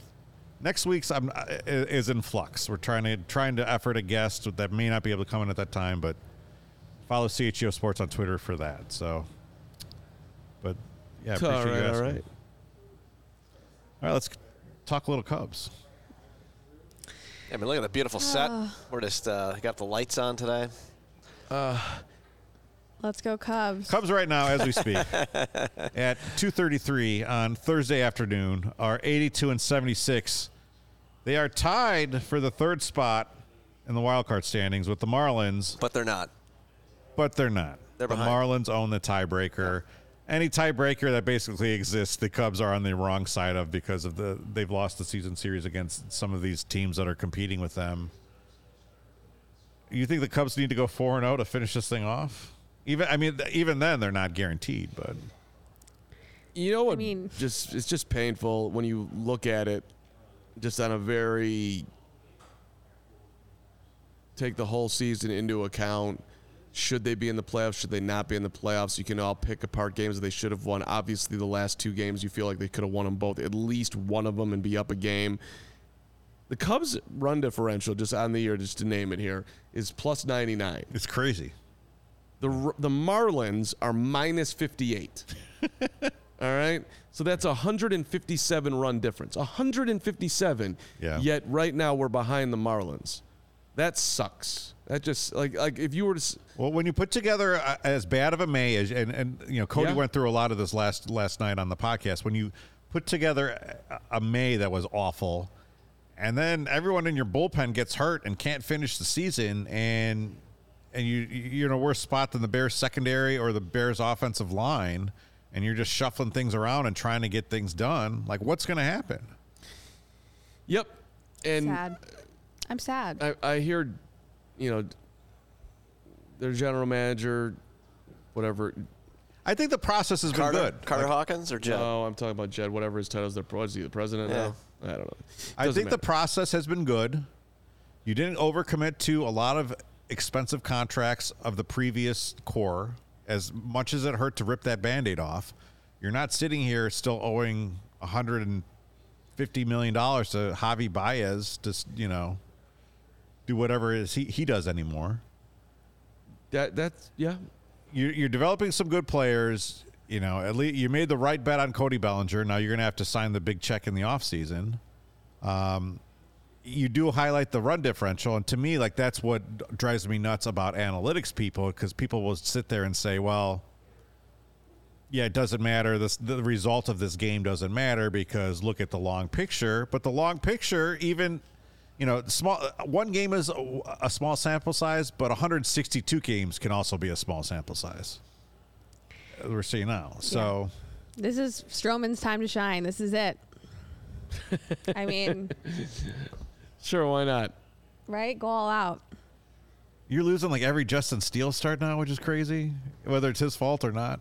S1: next week's I'm, uh, i- is in flux. We're trying to trying to effort a guest that may not be able to come in at that time, but follow CHGO Sports on Twitter for that. So, but yeah, I appreciate
S3: all
S1: you
S3: right, all
S1: asking.
S3: right.
S1: All right, let's talk little Cubs.
S4: I mean, look at the beautiful set. We're just uh, got the lights on today.
S2: Let's go Cubs.
S1: Cubs right now, as we speak, at 2:33 on Thursday afternoon, are 82 and 76. They are tied for the third spot in the wild card standings with the Marlins.
S4: But they're not.
S1: but they're not.
S4: They're
S1: the
S4: behind.
S1: Marlins own the tiebreaker. Any tiebreaker that basically exists, the Cubs are on the wrong side of because of the they've lost the season series against some of these teams that are competing with them. You think the Cubs need to go four and zero to finish this thing off? Even I mean, th- even then they're not guaranteed, but
S3: You know what?
S2: mean-
S3: just it's just painful when you look at it, just on a very take the whole season into account. Should they be in the playoffs? Should they not be in the playoffs? You can all pick apart games that they should have won. Obviously, the last two games you feel like they could have won them both, at least one of them, and be up a game. The Cubs' run differential, just on the year, just to name it here, is plus ninety nine.
S1: it's crazy.
S3: The R- the Marlins are minus 58. All right? So that's a 157 run difference. 157.
S1: Yeah.
S3: Yet right now we're behind the Marlins. That sucks. That just like like if you were to s-
S1: Well, when you put together uh, as bad of a May as and and you know Cody
S3: Yeah.
S1: went through a lot of this last last night on the podcast. When you put together a, a May that was awful, and then everyone in your bullpen gets hurt and can't finish the season, and and you you're in a worse spot than the Bears secondary or the Bears offensive line, and you're just shuffling things around and trying to get things done. Like what's going to happen?
S3: Yep. And
S2: Sad. I'm sad.
S3: I, I hear, you know, their general manager, whatever.
S1: I think the process has
S4: Carter,
S1: been good. uh,
S4: Carter Hawkins or Jed?
S3: Oh, I'm talking about Jed. Whatever his title is, their what is he the president
S4: Yeah.
S3: now? I don't know.
S1: I
S3: Doesn't
S1: think the
S3: matter.
S1: process has been good. You didn't overcommit to a lot of expensive contracts of the previous core. As much as it hurt to rip that band-aid off, you're not sitting here still owing 150 million dollars to Javi Baez to s- you know do whatever it is he he does anymore
S3: that that's yeah.
S1: you're, you're developing some good players. you know, at least you made the right bet on Cody Bellinger. Now you're going to have to sign the big check in the offseason. Um, you do highlight the run differential. And to me, like, that's what drives me nuts about analytics people because people will sit there and say, well, yeah, it doesn't matter. This the result of this game doesn't matter because look at the long picture. But the long picture, even you know, small uh, one game is a, a small sample size, but 162 games can also be a small sample size. Uh, We're seeing now. So
S2: This is Strowman's time to shine. This is it. I mean,
S3: Sure, why not?
S2: right? Go all out.
S1: you're losing like every Justin Steele start now, which is crazy. Whether it's his fault or not.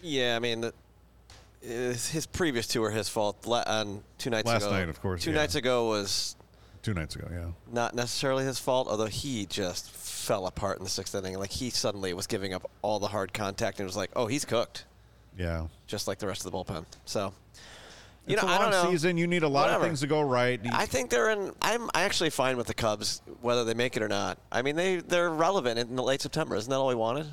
S4: Yeah, I mean, the, his his previous two were his fault. La- on two nights
S1: Last
S4: ago,
S1: night, of course,
S4: Two
S1: yeah.
S4: nights ago was
S1: Two nights ago, yeah.
S4: not necessarily his fault, although he just fell apart in the sixth inning. Like he suddenly was giving up all the hard contact and was like, "Oh, he's cooked,"
S1: Yeah.
S4: just like the rest of the bullpen. So, you
S1: It's
S4: know,
S1: a
S4: I
S1: long
S4: don't know.
S1: season. You need a lot
S4: Whatever.
S1: of things to go right.
S4: I think they're in. I'm I actually fine with the Cubs, whether they make it or not. I mean, they they're relevant in the late September. Isn't that all we wanted?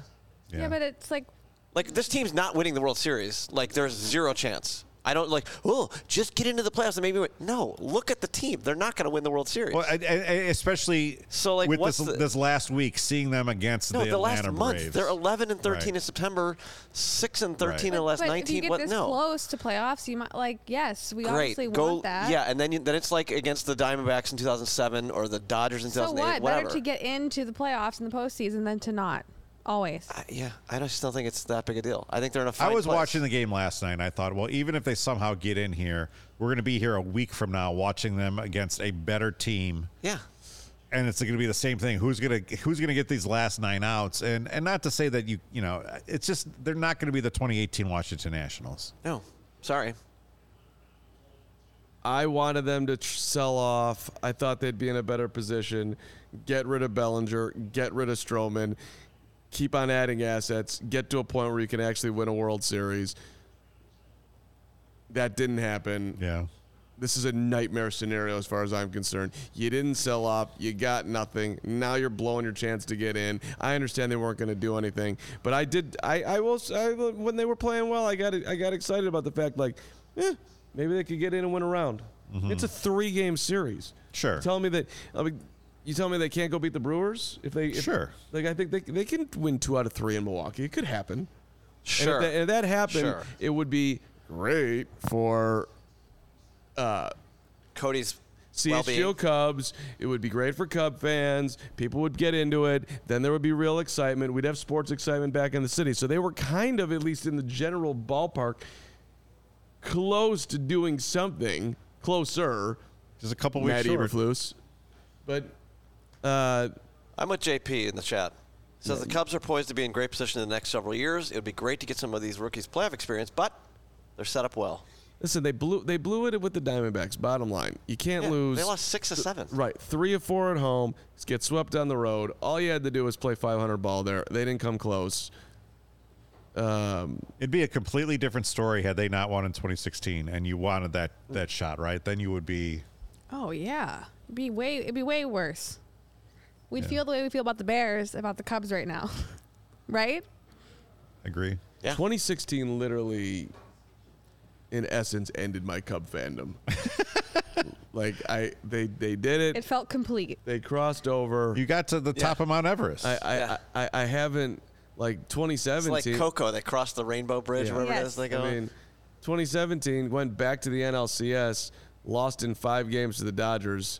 S2: Yeah, but it's like
S4: Like this team's not winning the World Series. Like there's zero chance. I don't like. Oh, just get into the playoffs and maybe win. No, look at the team. They're not going to win the World Series.
S1: Well, I, I, I- especially
S4: So, like,
S1: with this,
S4: what's the-
S1: this last week, seeing them against
S4: no,
S1: the,
S4: the, last
S1: Atlanta
S4: month
S1: Braves.
S4: they're 11 and 13
S1: Right.
S4: in September, six and 13 in
S1: Right.
S4: the last
S2: but
S4: 19.
S2: if you get
S4: what-
S2: this
S4: no,
S2: close to playoffs, you might like yes, we
S4: great.
S2: obviously
S4: Go.
S2: want that.
S4: Yeah, and then you, then it's like against the Diamondbacks in 2007 or the Dodgers in
S2: So
S4: 2008.
S2: what?
S4: Whatever.
S2: Better to get into the playoffs in the postseason than to not. Always.
S4: I- yeah, I just don't think it's that big a deal. I think they're in a fine
S1: I was
S4: place.
S1: watching the game last night. and I thought, well, even if they somehow get in here, we're going to be here a week from now watching them against a better team,
S4: Yeah.
S1: and it's going to be the same thing. Who's going to who's going to get these last nine outs? And and not to say that you you know, it's just they're not going to be the 2018 Washington Nationals.
S4: No. Sorry.
S3: I wanted them to tr- sell off. I thought they'd be in a better position. Get rid of Bellinger. Get rid of Stroman. Keep on adding assets. Get to a point where you can actually win a World Series. That didn't happen.
S1: Yeah,
S3: This is a nightmare scenario as far as I'm concerned. You didn't sell off. You got nothing. Now you're blowing your chance to get in. I understand they weren't going to do anything, but I did. I I will. s- I, when they were playing well, I got I got excited about the fact like, eh, maybe they could get in and win a round. It's a three game series.
S1: Sure.
S3: You tell me that. I mean, you tell me they can't go beat the Brewers if they. if-
S1: Sure.
S3: Like I think they they can win two out of three in Milwaukee. It could happen.
S4: Sure.
S3: And if that, if that happened,
S4: Sure.
S3: it would be great for
S4: Cody's
S3: CHGO
S4: well-being.
S3: Cubs. It would be great for Cub fans. People would get into it. Then there would be real excitement. We'd have sports excitement back in the city. So they were kind of, at least in the general ballpark, close to doing something closer.
S1: just a couple weeks
S3: Matt
S1: short.
S3: Eberflus, but uh,
S4: I'm with JP in the chat. He Says the Cubs are poised to be in great position in the next several years. It would be great to get some of these rookies playoff experience, but they're set up well.
S3: listen, they blew they blew it with the Diamondbacks. Bottom line, you can't
S4: Yeah,
S3: lose.
S4: They lost six to seven.
S3: Right, three or four at home, get swept on the road. All you had to do was play 500 ball there. They didn't come close. Um,
S1: It'd be a completely different story had they not won in 2016, and you wanted that that shot right. Then you would be
S2: Oh yeah. It'd be way it'd be way worse. We'd feel the way we feel about the Bears about the Cubs right now. right?
S1: agree.
S4: Yeah.
S3: 2016 literally, in essence, ended my Cub fandom. like I, they they did it.
S2: It felt complete.
S3: they crossed over.
S1: You got to the top of Mount Everest.
S3: I, I, I I haven't like
S4: It's
S3: 2017.
S4: like Coco that crossed the Rainbow Bridge,
S3: Yeah.
S4: wherever it
S2: Yes.
S4: is they go.
S3: I mean, 2017 went back to the NLCS, lost in five games to the Dodgers.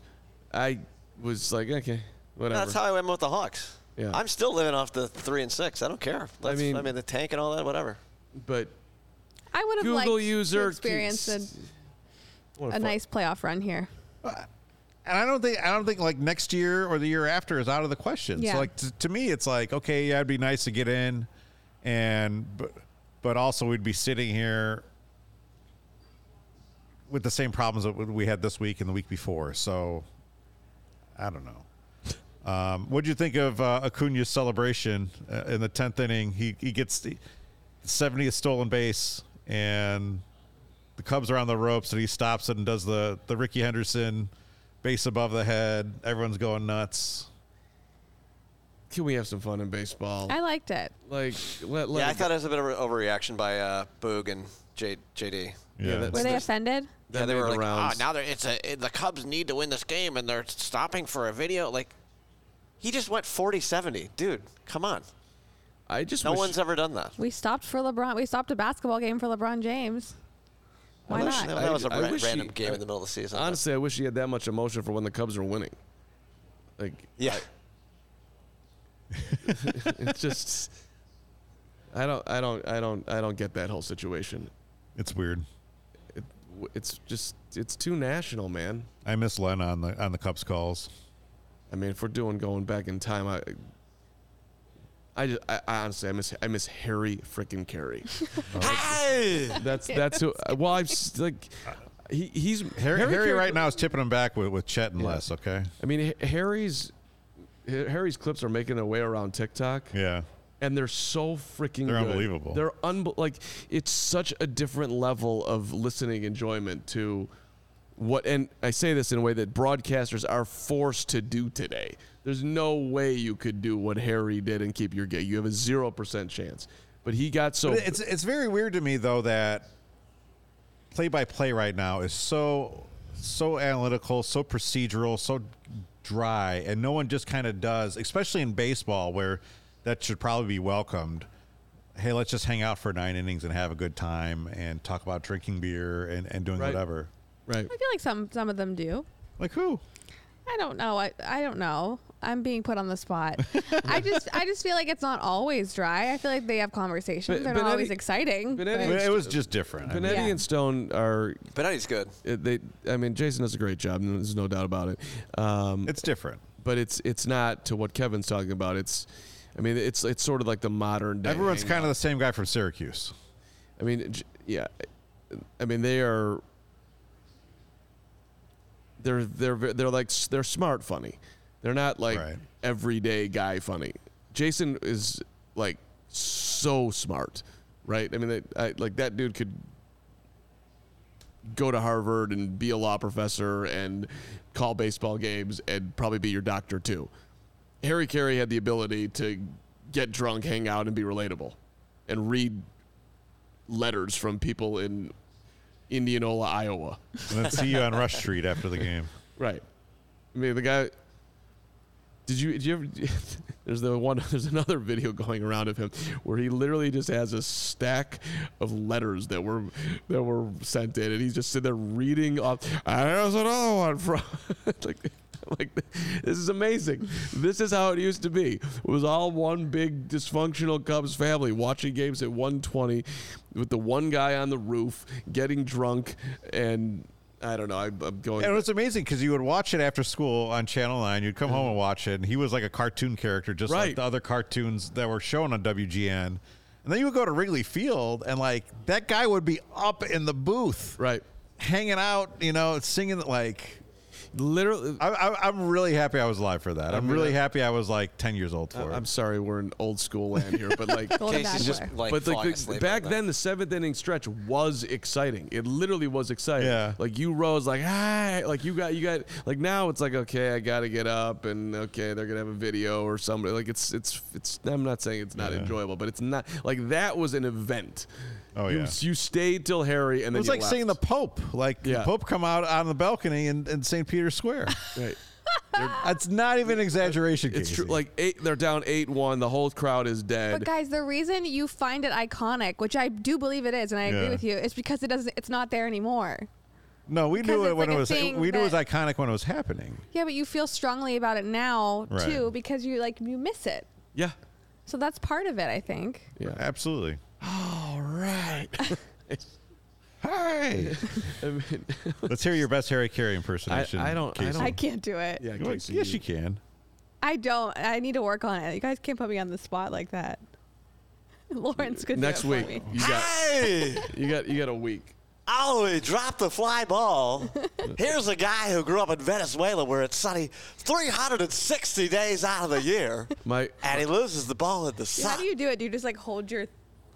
S3: I was like, okay, whatever.
S4: That's how I went with the Hawks.
S3: Yeah.
S4: I'm still living off the three and six. I don't care.
S3: I
S4: That's- I
S3: mean-
S4: mean, the tank and all that, whatever.
S3: but
S2: I would have
S3: Google
S2: liked to
S3: user
S2: experience
S3: keeps-
S2: a,
S3: what
S2: a
S3: fu-
S2: nice playoff run here.
S1: and I don't think I don't think like next year or the year after is out of the question.
S2: Yeah.
S1: So like to, to me, it's like okay, yeah, it'd be nice to get in, and but but also we'd be sitting here with the same problems that we had this week and the week before. So I don't know. Um, what do you think of uh, Acuna's celebration uh, in the tenth inning? He he gets the seventieth stolen base and the Cubs are on the ropes and he stops it and does the the Ricky Henderson base above the head. Everyone's going nuts.
S3: can we have some fun in baseball?
S2: I liked it.
S3: like let, let
S4: yeah, I
S3: it-
S4: thought it was a bit of an overreaction by uh, Boog and J- JD.
S3: Yeah,
S2: Were they offended?
S3: that
S4: yeah, they
S3: made
S4: were
S3: the
S4: like, ah,
S3: rounds.
S4: now they're it's a it- the Cubs need to win this game and they're stopping for a video. Like, he just went 40-70. dude. Come on,
S3: I just
S4: no
S3: wish-
S4: one's ever done that.
S2: We stopped for LeBron. We stopped a basketball game for LeBron James. Why
S3: wish
S2: not?
S4: That, that was a
S3: I
S4: ra-
S3: wish he-
S4: random game
S3: I-
S4: in the middle of the season.
S3: honestly. I wish he had that much emotion for when the Cubs are winning. Like
S4: yeah,
S3: it's just I don't I don't I don't I don't get that whole situation.
S1: It's weird.
S3: It, it's just it's too national, man.
S1: I miss Len on the on the Cubs calls.
S3: I mean, if we're doing going back in time, I. I, just, I, I honestly, I miss, I miss Harry frickin' Carey.
S1: Oh,
S3: that's that's who. uh, Well, I've s- like, he, he's
S1: Harry, Harry,
S3: Carey-
S1: right now is tipping him back with, with Chet and
S3: Yeah.
S1: Les. Okay.
S3: I mean, Ha- Harry's Ha- Harry's clips are making their way around TikTok,
S1: Yeah.
S3: and they're so freaking.
S1: They're
S3: good.
S1: unbelievable.
S3: They're unbe- like it's such a different level of listening enjoyment to what. And I say this in a way that broadcasters are forced to do today. There's no way you could do what Harry did and keep your gig. You have a zero percent chance. But he got so.
S1: It's it's very weird to me though that play by play right now is so so analytical, so procedural, so dry, and no one just kind of does, especially in baseball where that should probably be welcomed. Hey, let's just hang out for nine innings and have a good time and talk about drinking beer and, and doing
S3: Right.
S1: whatever.
S3: right.
S2: I feel like some some of them do.
S1: Like who?
S2: I don't know. I, I don't know. I'm being put on the spot. I just I just feel like it's not always dry. I feel like they have conversations.
S3: But-
S2: They're
S3: but
S2: not
S3: any-
S2: always exciting.
S3: but
S2: but-
S3: any-
S1: I mean, it was just different. I mean,
S3: Benetti
S2: Yeah.
S3: and Stone are.
S4: but he's good.
S3: uh, They. I mean, Jason does a great job. and There's no doubt about it. Um,
S1: it's different.
S3: but it's it's not to what Kevin's talking about. It's, I mean, it's it's sort of like the modern day.
S1: Everyone's
S3: hangout.
S1: kind of the same guy from Syracuse.
S3: I mean, j- yeah, I mean they are. They're they're ve- they're like s- they're smart funny. They're not like
S1: Right.
S3: everyday guy funny. Jason is like so smart, right? I mean, that I, like that dude could go to Harvard and be a law professor and call baseball games and probably be your doctor too. Harry Carey had the ability to get drunk, hang out, and be relatable, and read letters from people in Indianola, Iowa.
S1: And then see you on Rush Street after the game.
S3: Right. I mean, the guy. Did you? Did you ever? There's the one. There's another video going around of him where he literally just has a stack of letters that were that were sent in, and he's just sitting there reading off. And there's another one from like. Like this is amazing. This is how it used to be. It was all one big dysfunctional Cubs family watching games at 120, with the one guy on the roof getting drunk, and I don't know. I, I'm going.
S1: And it was amazing because you would watch it after school on Channel 9. You'd come home and watch it, and he was like a cartoon character, just
S3: Right.
S1: like the other cartoons that were shown on WGN. And then you would go to Wrigley Field, and like that guy would be up in the booth,
S3: Right.
S1: hanging out, you know, singing. Like,
S3: Literally.
S1: I, I, I'm really happy I was alive for that. I'm
S3: mean,
S1: really
S3: I-
S1: happy I was like 10 years old for it.
S3: I'm sorry, we're in old school land here, but like,
S2: Golden
S4: Casey's just
S2: Bachelor.
S4: like
S3: but
S4: falling
S3: like the,
S4: asleep
S3: back
S4: on that.
S3: then, the seventh inning stretch was exciting. It literally was exciting.
S1: Yeah.
S3: Like you rose, like ah, like you got you got like now it's like okay, I got to get up and okay, they're gonna have a video or somebody. Like it's it's it's. I'm not saying it's not enjoyable, but it's not like that was an event.
S1: Oh,
S3: you,
S1: yeah.
S3: You stayed till Harry, and
S1: it
S3: then
S1: was
S3: you
S1: like
S3: left.
S1: seeing the Pope, like
S3: Yeah.
S1: the Pope come out on the balcony in, in St. Peter's Square.
S3: Right.
S1: That's not even an exaggeration.
S3: It's true.
S1: Casey.
S3: Like eight, they're down eight one. The whole crowd is dead.
S2: But guys, the reason you find it iconic, which I do believe it is, and I agree
S1: Yeah.
S2: with you, is because it doesn't. It's not there anymore.
S1: no, we
S2: because
S1: knew it
S2: it's
S1: when
S2: like
S1: it
S2: a
S1: was. We
S2: thing
S1: knew it was
S2: that-
S1: iconic when it was happening.
S2: Yeah, but you feel strongly about it now
S1: Right.
S2: too because you like you miss it.
S3: yeah.
S2: So that's part of it, I think.
S3: Yeah.
S1: Absolutely.
S3: All right.
S1: Hi.
S3: I mean,
S1: Let's hear your best Harry Carey impersonation.
S3: I don't- I
S1: Casey.
S3: don't-
S2: I can't do it.
S3: Oh. yeah.
S1: Well,
S3: Casey,
S1: yes, you can.
S2: I don't. I need to work on it. You guys can't put me on the spot like that. Lawrence could
S3: Next
S2: do it
S3: week,
S2: for me.
S3: you got
S4: Hey,
S3: you got you got a week.
S4: oh, he dropped the fly ball. Here's a guy who grew up in Venezuela where it's sunny 360 days out of the year,
S3: My
S4: and he loses the ball in the
S2: How
S4: sun.
S2: do you do it? Do you just like hold your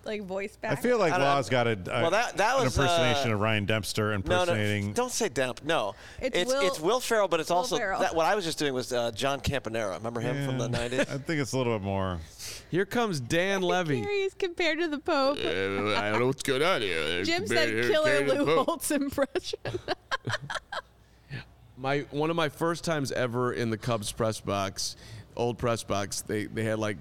S2: like voice back.
S1: I feel like
S4: I don't-
S1: Law's got a, a-
S4: Well, that- that
S1: an
S4: was,
S1: impersonation
S4: uh,
S1: of Ryan Dempster
S4: No, no,
S1: impersonating.
S4: don't say Demp. No,
S2: It's
S4: it's it's Will,
S2: Will-
S4: Ferrell, but it's
S2: Will
S4: also
S2: Ferrell.
S4: that, what I was just doing was uh, John Campanera. Remember him from the
S1: Yeah, I
S4: '90s?
S1: think it's a little bit more.
S3: Here comes Dan Levy.
S2: Curious compared to the Pope.
S3: I don't know what's going on here.
S2: Jim said killer Lou Holtz impression.
S3: My one of my first times ever in the Cubs press box, old press box. They they had like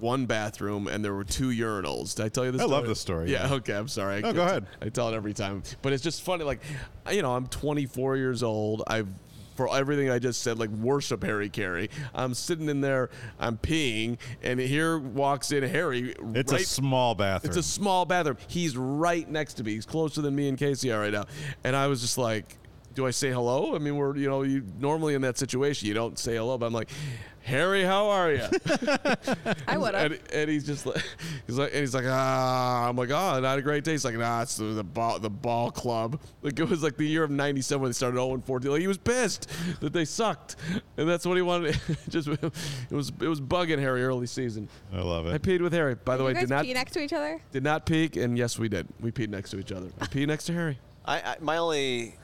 S3: one bathroom and there were two urinals. Did I tell you this?
S1: I love this story,
S3: Yeah.
S1: yeah.
S3: Okay. I'm sorry. I
S1: No,
S3: can't-
S1: go ahead.
S3: I tell it every time, but it's just funny. Like, you know, I'm 24 years old. I've for everything I just said, like worship Harry Carey. I'm sitting in there, I'm peeing, and here walks in Harry.
S1: It's a
S3: right-
S1: small bathroom.
S3: it's a small bathroom. He's right next to me. He's closer than me and Casey are right now. And I was just like, do I say hello? I mean, we're, you know, you normally in that situation, you don't say hello, but I'm like, Harry, how are you?
S2: I would have.
S3: and, and he's just like, he's like, and he's like, ah, I'm like, oh, not a great day. He's like, nah, it's the, the ball, the ball club. Like it was like the year of '97 when they started 0 14. Like he was pissed that they sucked, and that's what he wanted. just it was it was bugging Harry early season.
S1: I love
S3: I
S1: it.
S3: peed with Harry. By the way,
S2: Uh, You guys
S3: did not
S2: pee next to each other?
S3: did not peek, and yes, we did. We peed next to each other. I peed next to Harry.
S4: I, I my only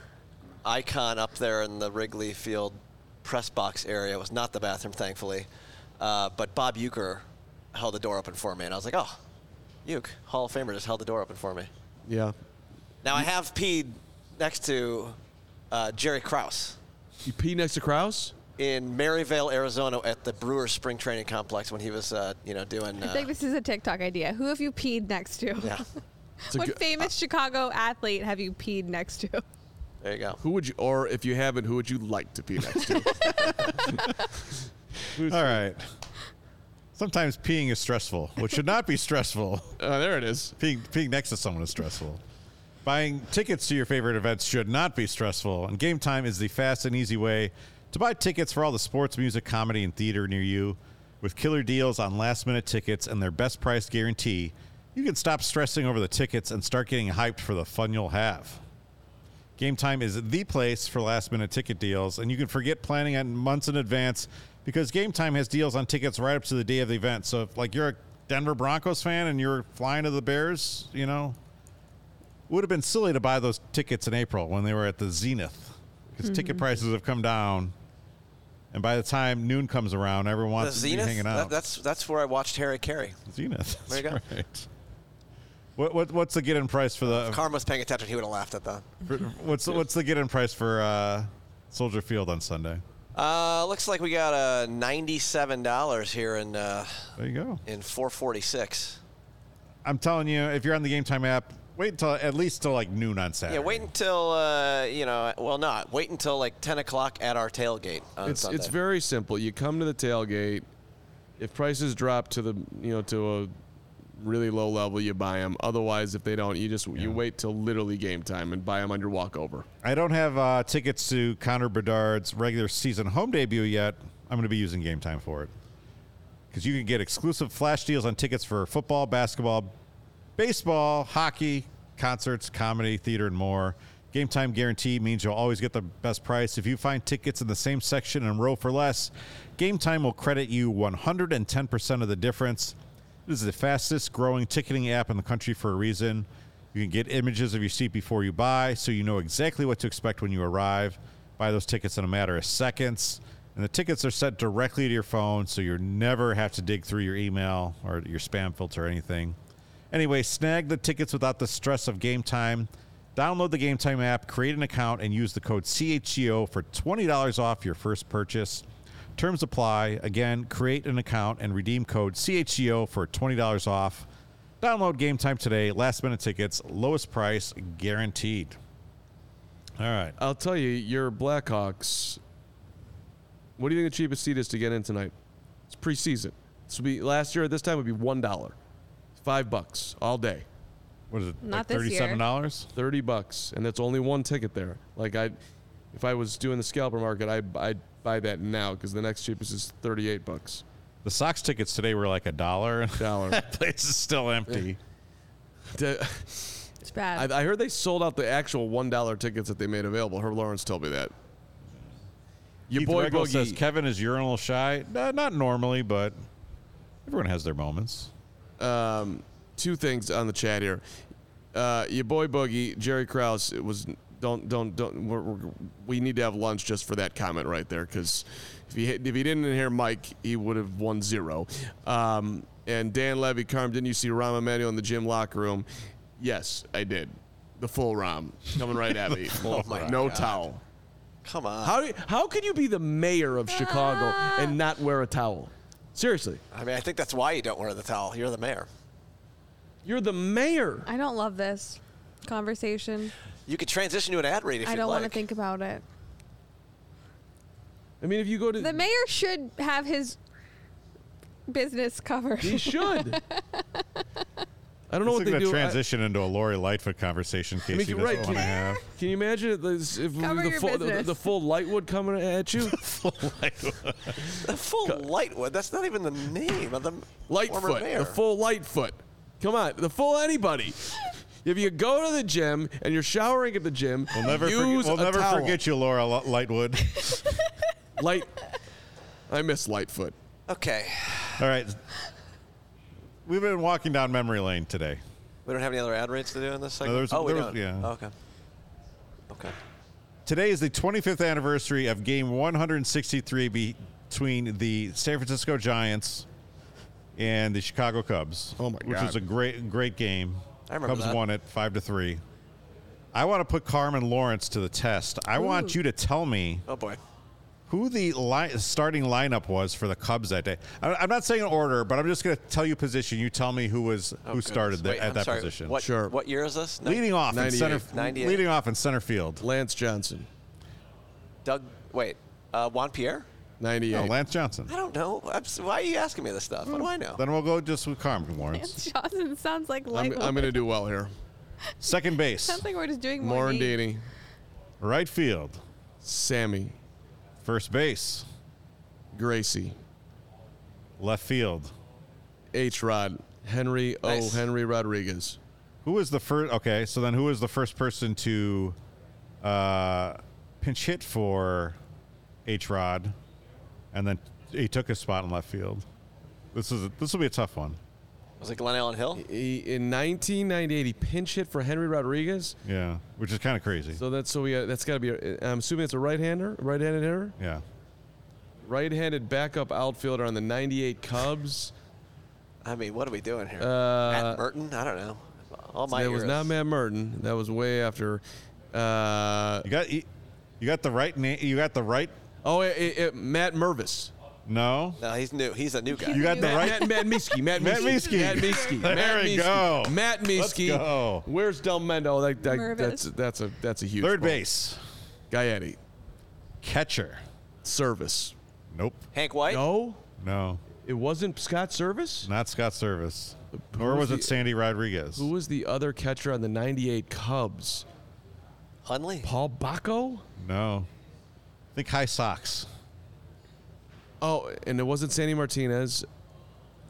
S4: icon up there in the Wrigley Field press box area was not the bathroom, thankfully, uh, but Bob Uecker held the door open for me, and I was like, oh, Uke, Hall of Famer, just held the door open for me.
S3: Yeah.
S4: Now I have peed next to uh, Jerry Krause.
S3: You peed next to Kraus?
S4: in Maryvale, Arizona, at the Brewer Spring Training Complex when he was, uh, you know, doing.
S2: I
S4: Uh,
S2: think this is a TikTok idea. Who have you peed next to?
S4: yeah,
S3: It's a
S2: what
S3: good- uh,
S2: famous Chicago athlete have you peed next to?
S4: there you go.
S3: who would you, or if you haven't, who would you like to pee next to?
S1: All right. Sometimes peeing is stressful, which should not be stressful.
S3: uh, there it is.
S1: Peeing, peeing next to someone is stressful. Buying tickets to your favorite events should not be stressful, and Game Time is the fast and easy way to buy tickets for all the sports, music, comedy, and theater near you. With killer deals on last minute tickets and their best price guarantee, you can stop stressing over the tickets and start getting hyped for the fun you'll have. Game Time is the place for last minute ticket deals, and you can forget planning on months in advance because Game Time has deals on tickets right up to the day of the event. So, if like you're a Denver Broncos fan and you're flying to the Bears, you know, it would have been silly to buy those tickets in April when they were at the zenith because ticket prices have come down. And by the time noon comes around, everyone
S4: The
S1: wants to
S4: Zenith.
S1: be hanging out.
S4: That, that's that's where I watched Harry Carey.
S1: zenith.
S4: There you
S1: that's
S4: go.
S1: right. What, what, what's the get-in price for the
S4: Carm was paying attention. He would have laughed at that.
S1: for- what's what's the get-in price for uh, Soldier Field on Sunday?
S4: Uh, looks like we got uh, ninety-seven dollars here in uh,
S1: There you go.
S4: in four forty-six.
S1: I'm telling you, if you're on the Game Time app, wait until at least till like noon on Saturday.
S4: Yeah, wait until uh, you know. Well, not wait until like ten o'clock at our tailgate on
S3: It's
S4: Sunday.
S3: it's very simple. You come to the tailgate. If prices drop to the you know to a really low level, you buy them. Otherwise, if they don't, you just you wait till literally game time and buy them on your walkover.
S1: I don't have uh, tickets to Connor Bedard's regular season home debut yet. I'm going to be using Game Time for it because you can get exclusive flash deals on tickets for football, basketball, baseball, hockey, concerts, comedy, theater, and more. Game time guarantee means you'll always get the best price. If you find tickets in the same section and row for less, Game Time will credit you 110% of the difference. This is the fastest growing ticketing app in the country for a reason. You can get images of your seat before you buy, so you know exactly what to expect when you arrive. Buy those tickets in a matter of seconds. And the tickets are sent directly to your phone, so you never have to dig through your email or your spam filter or anything. Anyway, snag the tickets without the stress of game time. Download the Game Time app, create an account, and use the code CHGO for $20 off your first purchase. Terms apply. Again, create an account and redeem code CHGO for $20 off. Download Game Time today. Last minute tickets, lowest price guaranteed. All right.
S3: I'll tell you, your Blackhawks. What do you think the cheapest seat is to get in tonight? It's preseason. This would be last year at this time would be one dollar, five bucks all day,
S1: What is it?
S2: Not
S1: like
S2: this year.
S1: $37?
S3: thirty bucks, and that's only one ticket there. Like I, if I was doing the scalper market, I I'd buy that now because the next cheapest is thirty-eight bucks.
S1: The Sox tickets today were like a dollar.
S3: Dollar.
S1: that place is still empty.
S3: I,
S2: It's bad.
S3: I heard they sold out the actual one dollar tickets that they made available. Herb Lawrence told me that. Your
S1: Keith
S3: boy
S1: Regal
S3: Boogie.
S1: says Kevin is urinal shy. Nah, not normally, but everyone has their moments.
S3: um, two things on the chat here. Uh, your boy Boogie Jerry Krause it was don't don't don't we're, we're, we need to have lunch just for that comment right there because if he hit- if he didn't hear Mike he would have won zero. Um, and Dan Levy, Carm, didn't you see Rahm Emanuel in the gym locker room? Yes, I did. The full Rom coming right at me.
S4: my
S3: no
S4: God.
S3: towel.
S4: Come on.
S3: Oh How how could you be the mayor of Chicago and not wear a towel? Seriously,
S4: I mean, I think that's why you don't wear the towel. You're the mayor.
S3: you're the mayor.
S2: I don't love this conversation.
S4: You could transition to an ad read if
S2: I
S4: you'd
S2: don't want to
S4: like.
S2: think about it.
S3: I mean, if you go to
S2: The mayor should have his business covered.
S3: He should. I don't know
S1: It's
S3: what they
S1: going to
S3: do. I-
S1: transition into a Lori Lightfoot conversation,
S3: I
S1: Casey
S3: mean,
S1: doesn't
S3: right?
S1: want
S3: Can,
S1: to have.
S3: can you imagine if, this- if
S2: Cover
S3: the,
S2: your
S3: full, the,
S2: business.
S3: the full Lightwood coming at you?
S4: The full Lightwood. That's not even the name of the former
S3: Lightfoot,
S4: mayor.
S3: the full Lightfoot. Come on, the full anybody. If you go to the gym and you're showering at the gym,
S1: We'll never,
S3: use
S1: forget, we'll
S3: a
S1: never
S3: towel.
S1: forget you, Laura Lo- Lightwood.
S3: Light. I miss Lightfoot.
S4: okay.
S1: All right. We've been walking down memory lane today.
S4: We don't have any other ad reads to do in this segment?
S1: there's-
S4: oh, we
S1: there was-
S4: don't.
S1: yeah.
S4: okay. Okay.
S1: Today is the 25th anniversary of game 163 be- between the San Francisco Giants and the Chicago Cubs.
S3: Oh my
S1: Which
S3: God.
S1: was a great great game.
S4: I remember
S1: Cubs
S4: that.
S1: won it 5 to 3. I want to put Carmen Lawrence to the test. I want you to tell me
S4: Oh, boy.
S1: who the li- starting lineup was for the Cubs that day. I- I'm not saying an order, but I'm just going to tell you position. You tell me who was
S4: Oh,
S1: who
S4: goodness.
S1: started the,
S4: Wait,
S1: at
S4: I'm
S1: that
S4: sorry.
S1: position.
S4: What,
S3: Sure.
S4: what year is this? Nin-
S1: Leading off in
S3: 98.
S1: center
S4: 98.
S1: leading off in center field.
S3: Lance Johnson,
S4: Doug, wait. Uh, Juan Pierre?
S3: 98.
S1: No, Oh, Lance Johnson.
S4: I don't know. I'm s- why are you asking me this stuff? What do I know?
S1: Then we'll go just with Carmen Lawrence.
S2: Johnson sounds like
S3: I'm,
S2: Lightwood.
S3: I'm going to do well here.
S1: Second base,
S2: sounds like we're just doing more neat.
S3: Morandini,
S1: right field,
S3: Sammy,
S1: first base,
S3: Gracie,
S1: left field.
S3: H. Rod, Henry O.
S4: Nice.
S3: Henry Rodriguez.
S1: Who was the first? Okay, so then who was the first person to uh, pinch hit for H Rod, and then he took his spot in left field. This is a, this will be a tough one.
S4: Was it Glen Allen Hill?
S3: He, in 1998, he pinch hit for Henry Rodriguez.
S1: Yeah, which is kind of crazy.
S3: So that's so we uh, that's got to be. I'm assuming it's a right-hander, right-handed hitter,
S1: yeah,
S3: right-handed backup outfielder on the '98 Cubs.
S4: I mean, what are we doing here? Uh, Matt Merton? I don't know. All my
S3: that was
S4: eras.
S3: not Matt Merton. That was way after. Uh,
S1: you got you got the right name. You got the right.
S3: oh, it, it, it- Matt Mervis.
S1: No,
S4: No, he's new. He's a new guy.
S1: you got the
S2: Matt-
S1: right.
S3: Matt, Matt Mieskey. Matt
S1: Matt
S3: Mieskey.
S1: Mieskey.
S3: Matt Mieskey.
S1: There
S3: Matt
S1: we
S3: Mieskey.
S1: go.
S3: Matt Mieskey.
S1: Let's go.
S3: Where's Del Mendo? That, that,
S2: Mervis.
S3: that's that's a that's a huge.
S1: Third
S3: point.
S1: base,
S3: Gaetti.
S1: catcher.
S3: Service.
S1: Nope.
S4: Hank White?
S3: No,
S1: No,
S3: it wasn't Scott Service.
S1: not Scott Service. Nor
S3: Who's
S1: was
S3: the-
S1: it Sandy Rodriguez.
S3: Who was the other catcher on the '98 Cubs?
S4: Hunley?
S3: Paul Bacco.
S1: No. I think high socks.
S3: Oh, and it wasn't Sandy Martinez.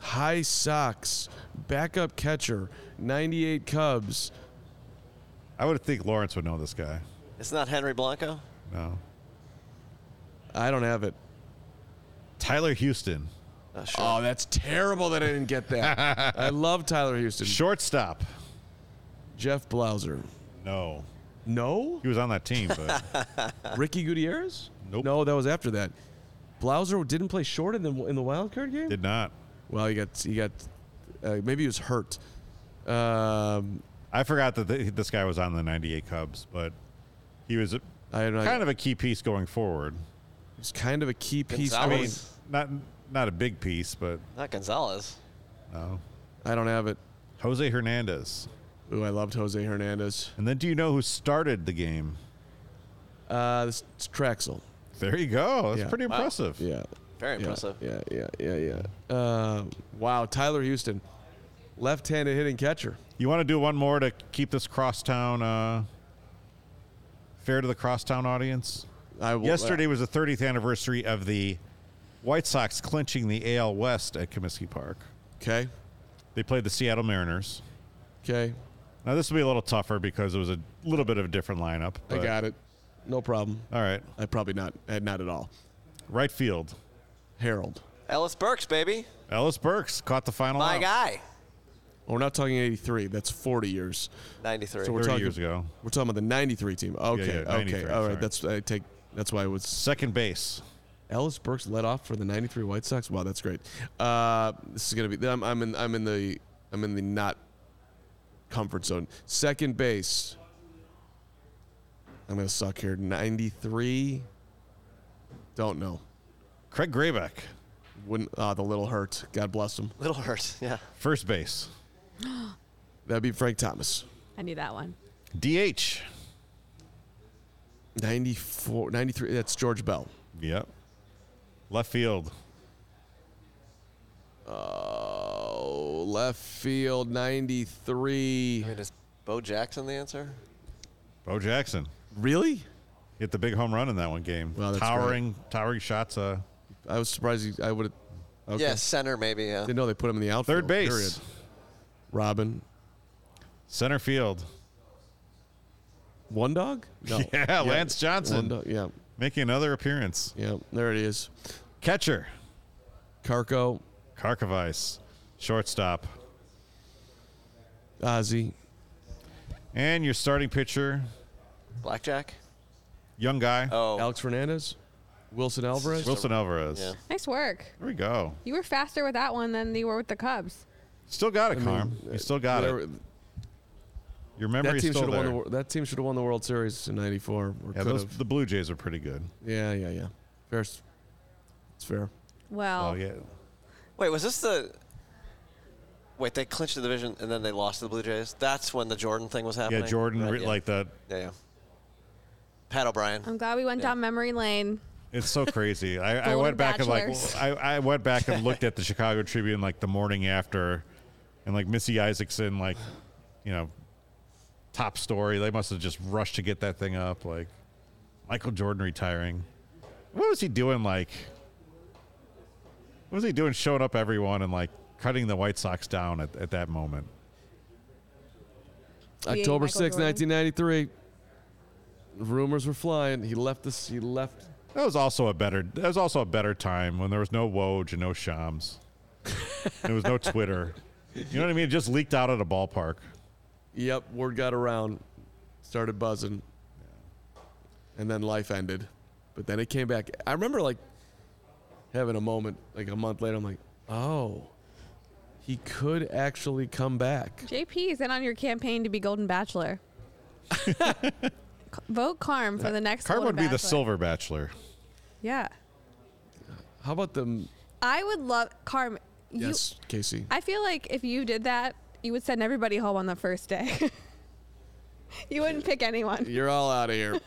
S3: High socks, backup catcher, 98 Cubs.
S1: I would think Lawrence would know this guy.
S4: It's not Henry Blanco?
S1: No.
S3: I don't have it.
S1: Tyler Houston,
S4: Oh, sure.
S3: Oh, that's terrible that I didn't get that. I love Tyler Houston.
S1: shortstop.
S3: Jeff Blauser.
S1: No.
S3: No?
S1: He was on that team, but
S3: Ricky Gutierrez?
S1: Nope.
S3: No, that was after that. Blauser didn't play short in the in the wild card game.
S1: did not.
S3: Well, he got he got uh, maybe he was hurt. Um,
S1: I forgot that th- this guy was on the 98 Cubs, but he was a,
S3: I don't know.
S1: kind of a key piece going forward.
S3: it was kind of a key piece.
S1: I
S4: Gonzalez.
S1: mean, not not a big piece, but
S4: Not Gonzalez.
S1: no.
S3: I don't have it.
S1: Jose Hernandez.
S3: Ooh, I loved Jose Hernandez.
S1: And then do you know who started the game?
S3: Uh, this it's Traxel.
S1: There you go. That's
S3: Yeah.
S1: pretty impressive.
S3: Yeah.
S4: Very
S3: Yeah,
S4: impressive.
S3: Yeah, yeah, yeah, yeah. Uh, wow, Tyler Houston, left-handed hitting catcher.
S1: You want to do one more to keep this crosstown uh, fair to the crosstown audience?
S3: I will, uh,
S1: Yesterday was the 30th anniversary of the White Sox clinching the AL West at Comiskey Park.
S3: okay.
S1: They played the Seattle Mariners.
S3: Okay.
S1: Now this will be a little tougher because it was a little bit of a different lineup.
S3: I
S1: but-
S3: got it. No problem.
S1: All right,
S3: I probably not. eh, Not at all.
S1: right field.
S3: Harold.
S4: Ellis Burks, baby.
S1: Ellis Burks caught the final
S4: My
S1: out.
S4: guy.
S3: Well, we're not talking 83. That's 40 years.
S4: 93.
S3: So we're
S1: 30
S3: talking,
S1: years ago.
S3: We're talking about the 93 team. Okay.
S1: yeah,
S3: okay.
S1: 93,
S3: All right.
S1: sorry.
S3: That's I take. That's why it was
S1: Second base.
S3: Ellis Burks led off for the 93 White Sox. Wow, that's great. Uh, this is gonna be. I'm, I'm in. I'm in the. I'm in the not comfort zone. Second base. I'm gonna suck here. 93. Don't know.
S1: Craig Graybeck.
S3: Wouldn't. Ah, the little hurt. God bless him.
S4: Little hurt. Yeah.
S1: First base.
S3: That'd be Frank Thomas.
S2: I knew that one.
S1: DH.
S3: 94, 93. That's George Bell.
S1: Yep. Left field.
S3: Oh, left field 93.
S4: I mean, is Bo Jackson the answer?
S1: Bo Jackson.
S3: Really?
S1: Hit the big home run in that one game.
S3: Wow, that's
S1: towering, towering shots. Uh,
S3: I was surprised you, I would have. Okay.
S4: Yeah, center maybe. Yeah.
S3: Didn't know they put him in the outfield.
S1: third base.
S3: period. Robin.
S1: Center field.
S3: One dog? No.
S1: Yeah, Lance
S3: One
S1: Johnson
S3: dog. Yeah.
S1: making another appearance.
S3: Yeah. There it is.
S1: Catcher.
S3: Carco,
S1: Karkovice. Shortstop.
S3: Ozzy.
S1: And your starting pitcher,
S4: Blackjack.
S1: young guy,
S4: Oh.
S3: Alex Fernandez. Wilson Alvarez.
S1: Wilson Alvarez.
S4: Yeah.
S2: Nice work.
S1: There we go.
S2: You were faster with that one than you were with the Cubs.
S1: Still got it, Carm. you still got
S3: Whatever-
S1: it. Your
S3: uh, That
S1: memory's
S3: team,
S1: still
S3: should have
S1: there.
S3: won the, wor- that team should have won the World Series in 94. Or
S1: yeah,
S3: could
S1: those,
S3: have.
S1: the Blue Jays are pretty good.
S3: yeah, yeah, yeah. Fair. s- It's fair.
S2: Well,
S1: Oh, yeah.
S4: Wait, was this the? Wait, they clinched the division and then they lost to the Blue Jays. That's when the Jordan thing was happening.
S1: Yeah, Jordan,
S4: Right,
S1: re-
S4: yeah.
S1: like that.
S4: Yeah, yeah. Pat O'Brien.
S2: I'm glad we went down memory lane.
S1: It's so crazy. I, I
S2: Golden
S1: went back and
S2: Bachelors.
S1: like I, I went back and looked at the Chicago Tribune like the morning after, and like Missy Isaacson like, you know, top story. They must have just rushed to get that thing up. Like Michael Jordan retiring. What was he doing? Like, what was he doing? Showing up everyone and like cutting the White Sox down at, at that moment.
S2: Being
S3: October
S2: Michael
S3: 6,
S2: Jordan.
S3: 1993. Rumors were flying. He left this. He left.
S1: That was also a better. That was also a better time when there was no Woj and no Shams. there was no Twitter. You know what I mean? It just leaked out at a ballpark.
S3: Yep, word got around. Started buzzing. And then life ended. But then it came back. I remember like having a moment like a month later. I'm like, oh, he could actually come back.
S2: JP is in on your campaign to be Golden Bachelor. Vote Carm for the next.
S1: Carm would
S2: Golden
S1: be the
S2: Bachelor.
S1: silver bachelor.
S2: Yeah,
S3: How about the
S2: I would love Carm. You,
S3: yes, Casey?
S2: I feel like if you did that, you would send everybody home on the first day. you wouldn't pick anyone.
S3: You're all out of here.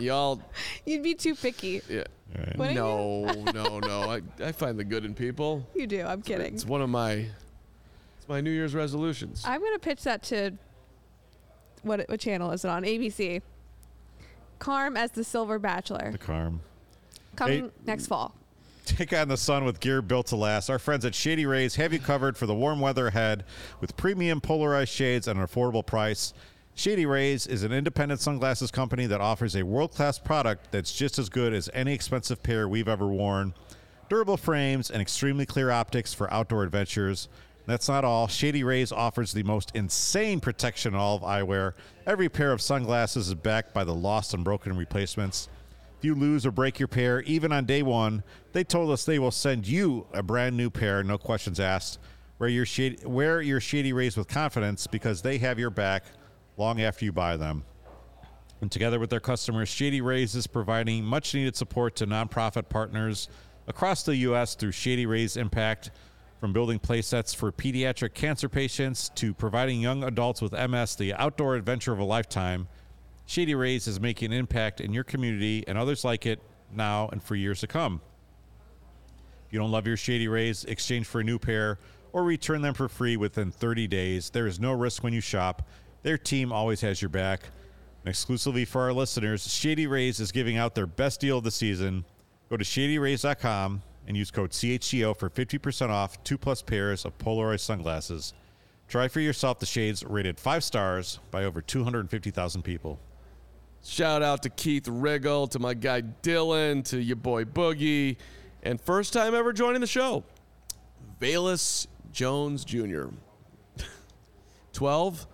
S3: Y'all,
S2: You'd be too picky.
S3: yeah.
S1: Right.
S2: Wouldn't
S3: no, no, no. I, I find the good in people.
S2: You do. I'm kidding.
S3: It's one of my it's my New Year's resolutions.
S2: I'm gonna pitch that to what what channel is it on? ABC. Carm as the Silver Bachelor
S1: The Carm.
S2: coming next fall.
S1: Take on the sun with gear built to last. Our friends at Shady Rays have you covered for the warm weather ahead with premium polarized shades at an affordable price. Shady Rays is an independent sunglasses company that offers a world class product that's just as good as any expensive pair we've ever worn. Durable frames and extremely clear optics for outdoor adventures. That's not all. Shady Rays offers the most insane protection in all of eyewear. Every pair of sunglasses is backed by the lost and broken replacements. If you lose or break your pair, even on day one, they told us they will send you a brand new pair, no questions asked. Wear your, shady, wear your Shady Rays with confidence because they have your back long after you buy them. And together with their customers, Shady Rays is providing much needed support to nonprofit partners across the U.S. through Shady Rays Impact, from building playsets for pediatric cancer patients to providing young adults with MS the outdoor adventure of a lifetime. Shady Rays is making an impact in your community and others like it now and for years to come. If you don't love your Shady Rays, exchange for a new pair or return them for free within 30 days. There is no risk when you shop. Their team always has your back. And exclusively for our listeners, Shady Rays is giving out their best deal of the season. Go to shadyrays.com and use code CHGO for 50% off two plus pairs of polarized sunglasses. Try for yourself the shades rated five stars by over 250,000 people.
S3: Shout out to Keith Riggle, to my guy Dylan, to your boy Boogie, and first time ever joining the show, Valus Jones Jr. 12,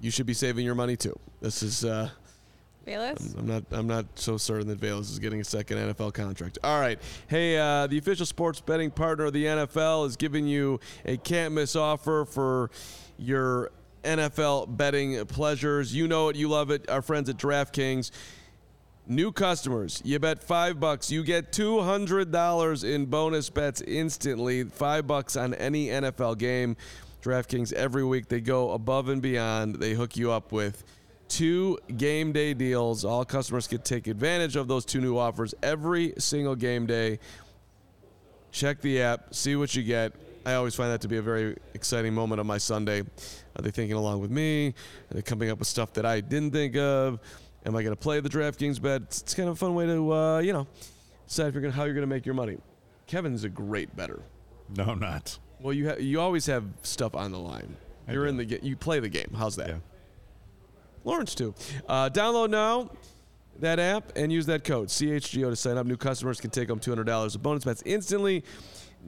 S3: you should be saving your money too. This is. Uh,
S2: Bayless?
S3: I'm not. I'm not so certain that Valles is getting a second NFL contract. All right. Hey, uh, the official sports betting partner of the NFL is giving you a can't miss offer for your NFL betting pleasures. You know it. You love it. Our friends at DraftKings. New customers, you bet five bucks, you get two hundred dollars in bonus bets instantly. Five bucks on any NFL game. DraftKings every week they go above and beyond. They hook you up with two game day deals. All customers can take advantage of those two new offers every single game day. Check the app, see what you get. I always find that to be a very exciting moment on my Sunday. Are they thinking along with me? Are they coming up with stuff that I didn't think of? Am I going to play the DraftKings bet? It's, it's kind of a fun way to, uh, you know, decide if you're gonna, how you're going to make your money. Kevin's a great better.
S1: No, I'm not.
S3: Well, you ha- you always have stuff on the line.
S1: I
S3: You're
S1: do.
S3: in the ga- you play the game. How's that?
S1: Yeah.
S3: Lawrence too. Uh, download now that app and use that code CHGO to sign up. New customers can take home two hundred dollars of bonus bets instantly,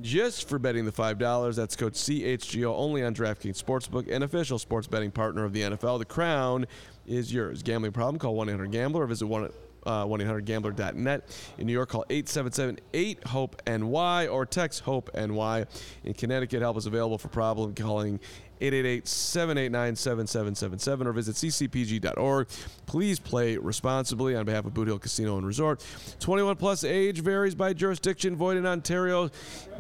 S3: just for betting the five dollars. That's code CHGO only on DraftKings Sportsbook, an official sports betting partner of the NFL. The crown is yours. Gambling problem? Call one eight hundred Gambler or visit one. Uh, 1-800-GAMBLER.net. In New York, call 877-8-HOPE-NY or text HOPE-NY. In Connecticut, help is available for problem calling 888-789-7777 or visit ccpg.org. Please play responsibly on behalf of Boot Hill Casino and Resort. 21 plus age varies by jurisdiction. Void in Ontario.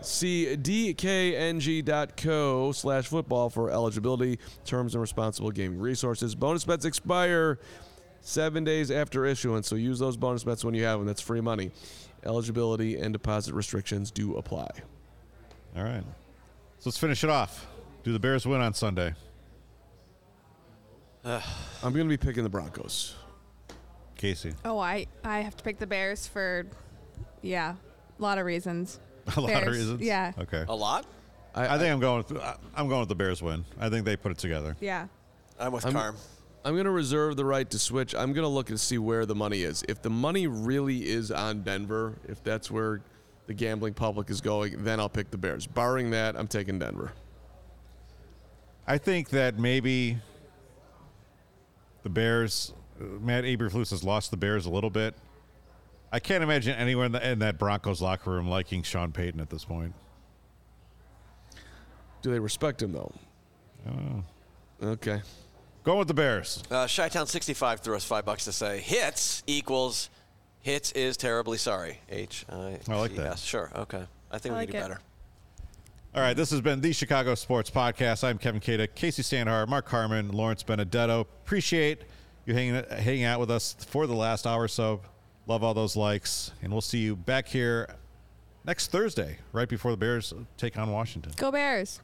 S3: See dkng.co slash football for eligibility, terms, and responsible gaming resources. Bonus bets expire seven days after issuance, so use those bonus bets when you have them. That's free money. Eligibility and deposit restrictions do apply.
S1: All right. So let's finish it off. Do the Bears win on Sunday?
S3: I'm going to be picking the Broncos.
S1: Casey.
S2: Oh, I, I have to pick the Bears for, yeah, a lot of reasons.
S1: A lot of
S2: Bears,
S1: reasons.
S2: yeah.
S1: Okay.
S4: A lot?
S1: I think I'm going. With, I- I'm going with the Bears win. I think they put it together.
S2: Yeah.
S4: I'm with
S3: I'm-
S4: Carm.
S3: I'm going to reserve the right to switch. I'm going to look and see where the money is. If the money really is on Denver, if that's where the gambling public is going, then I'll pick the Bears. Barring that, I'm taking Denver.
S1: I think that maybe the Bears, uh, Matt Eberflus has lost the Bears a little bit. I can't imagine anyone in, the, in that Broncos locker room liking Sean Payton at this point.
S3: Do they respect him though? Okay.
S1: Going with the Bears.
S4: Uh, Chi-Town 65 threw us five bucks to say hits equals hits is terribly sorry. H I
S1: I like that.
S4: Sure. Okay. I think
S2: I
S4: we
S2: like
S4: can do
S2: it.
S4: better.
S1: All right, this has been the Chicago Sports Podcast. I'm Kevin Cada, Casey Sandhart, Mark Harmon, Lawrence Benedetto. Appreciate you hanging hanging out with us for the last hour or so. Love all those likes, and we'll see you back here next Thursday, right before the Bears take on Washington.
S2: Go Bears.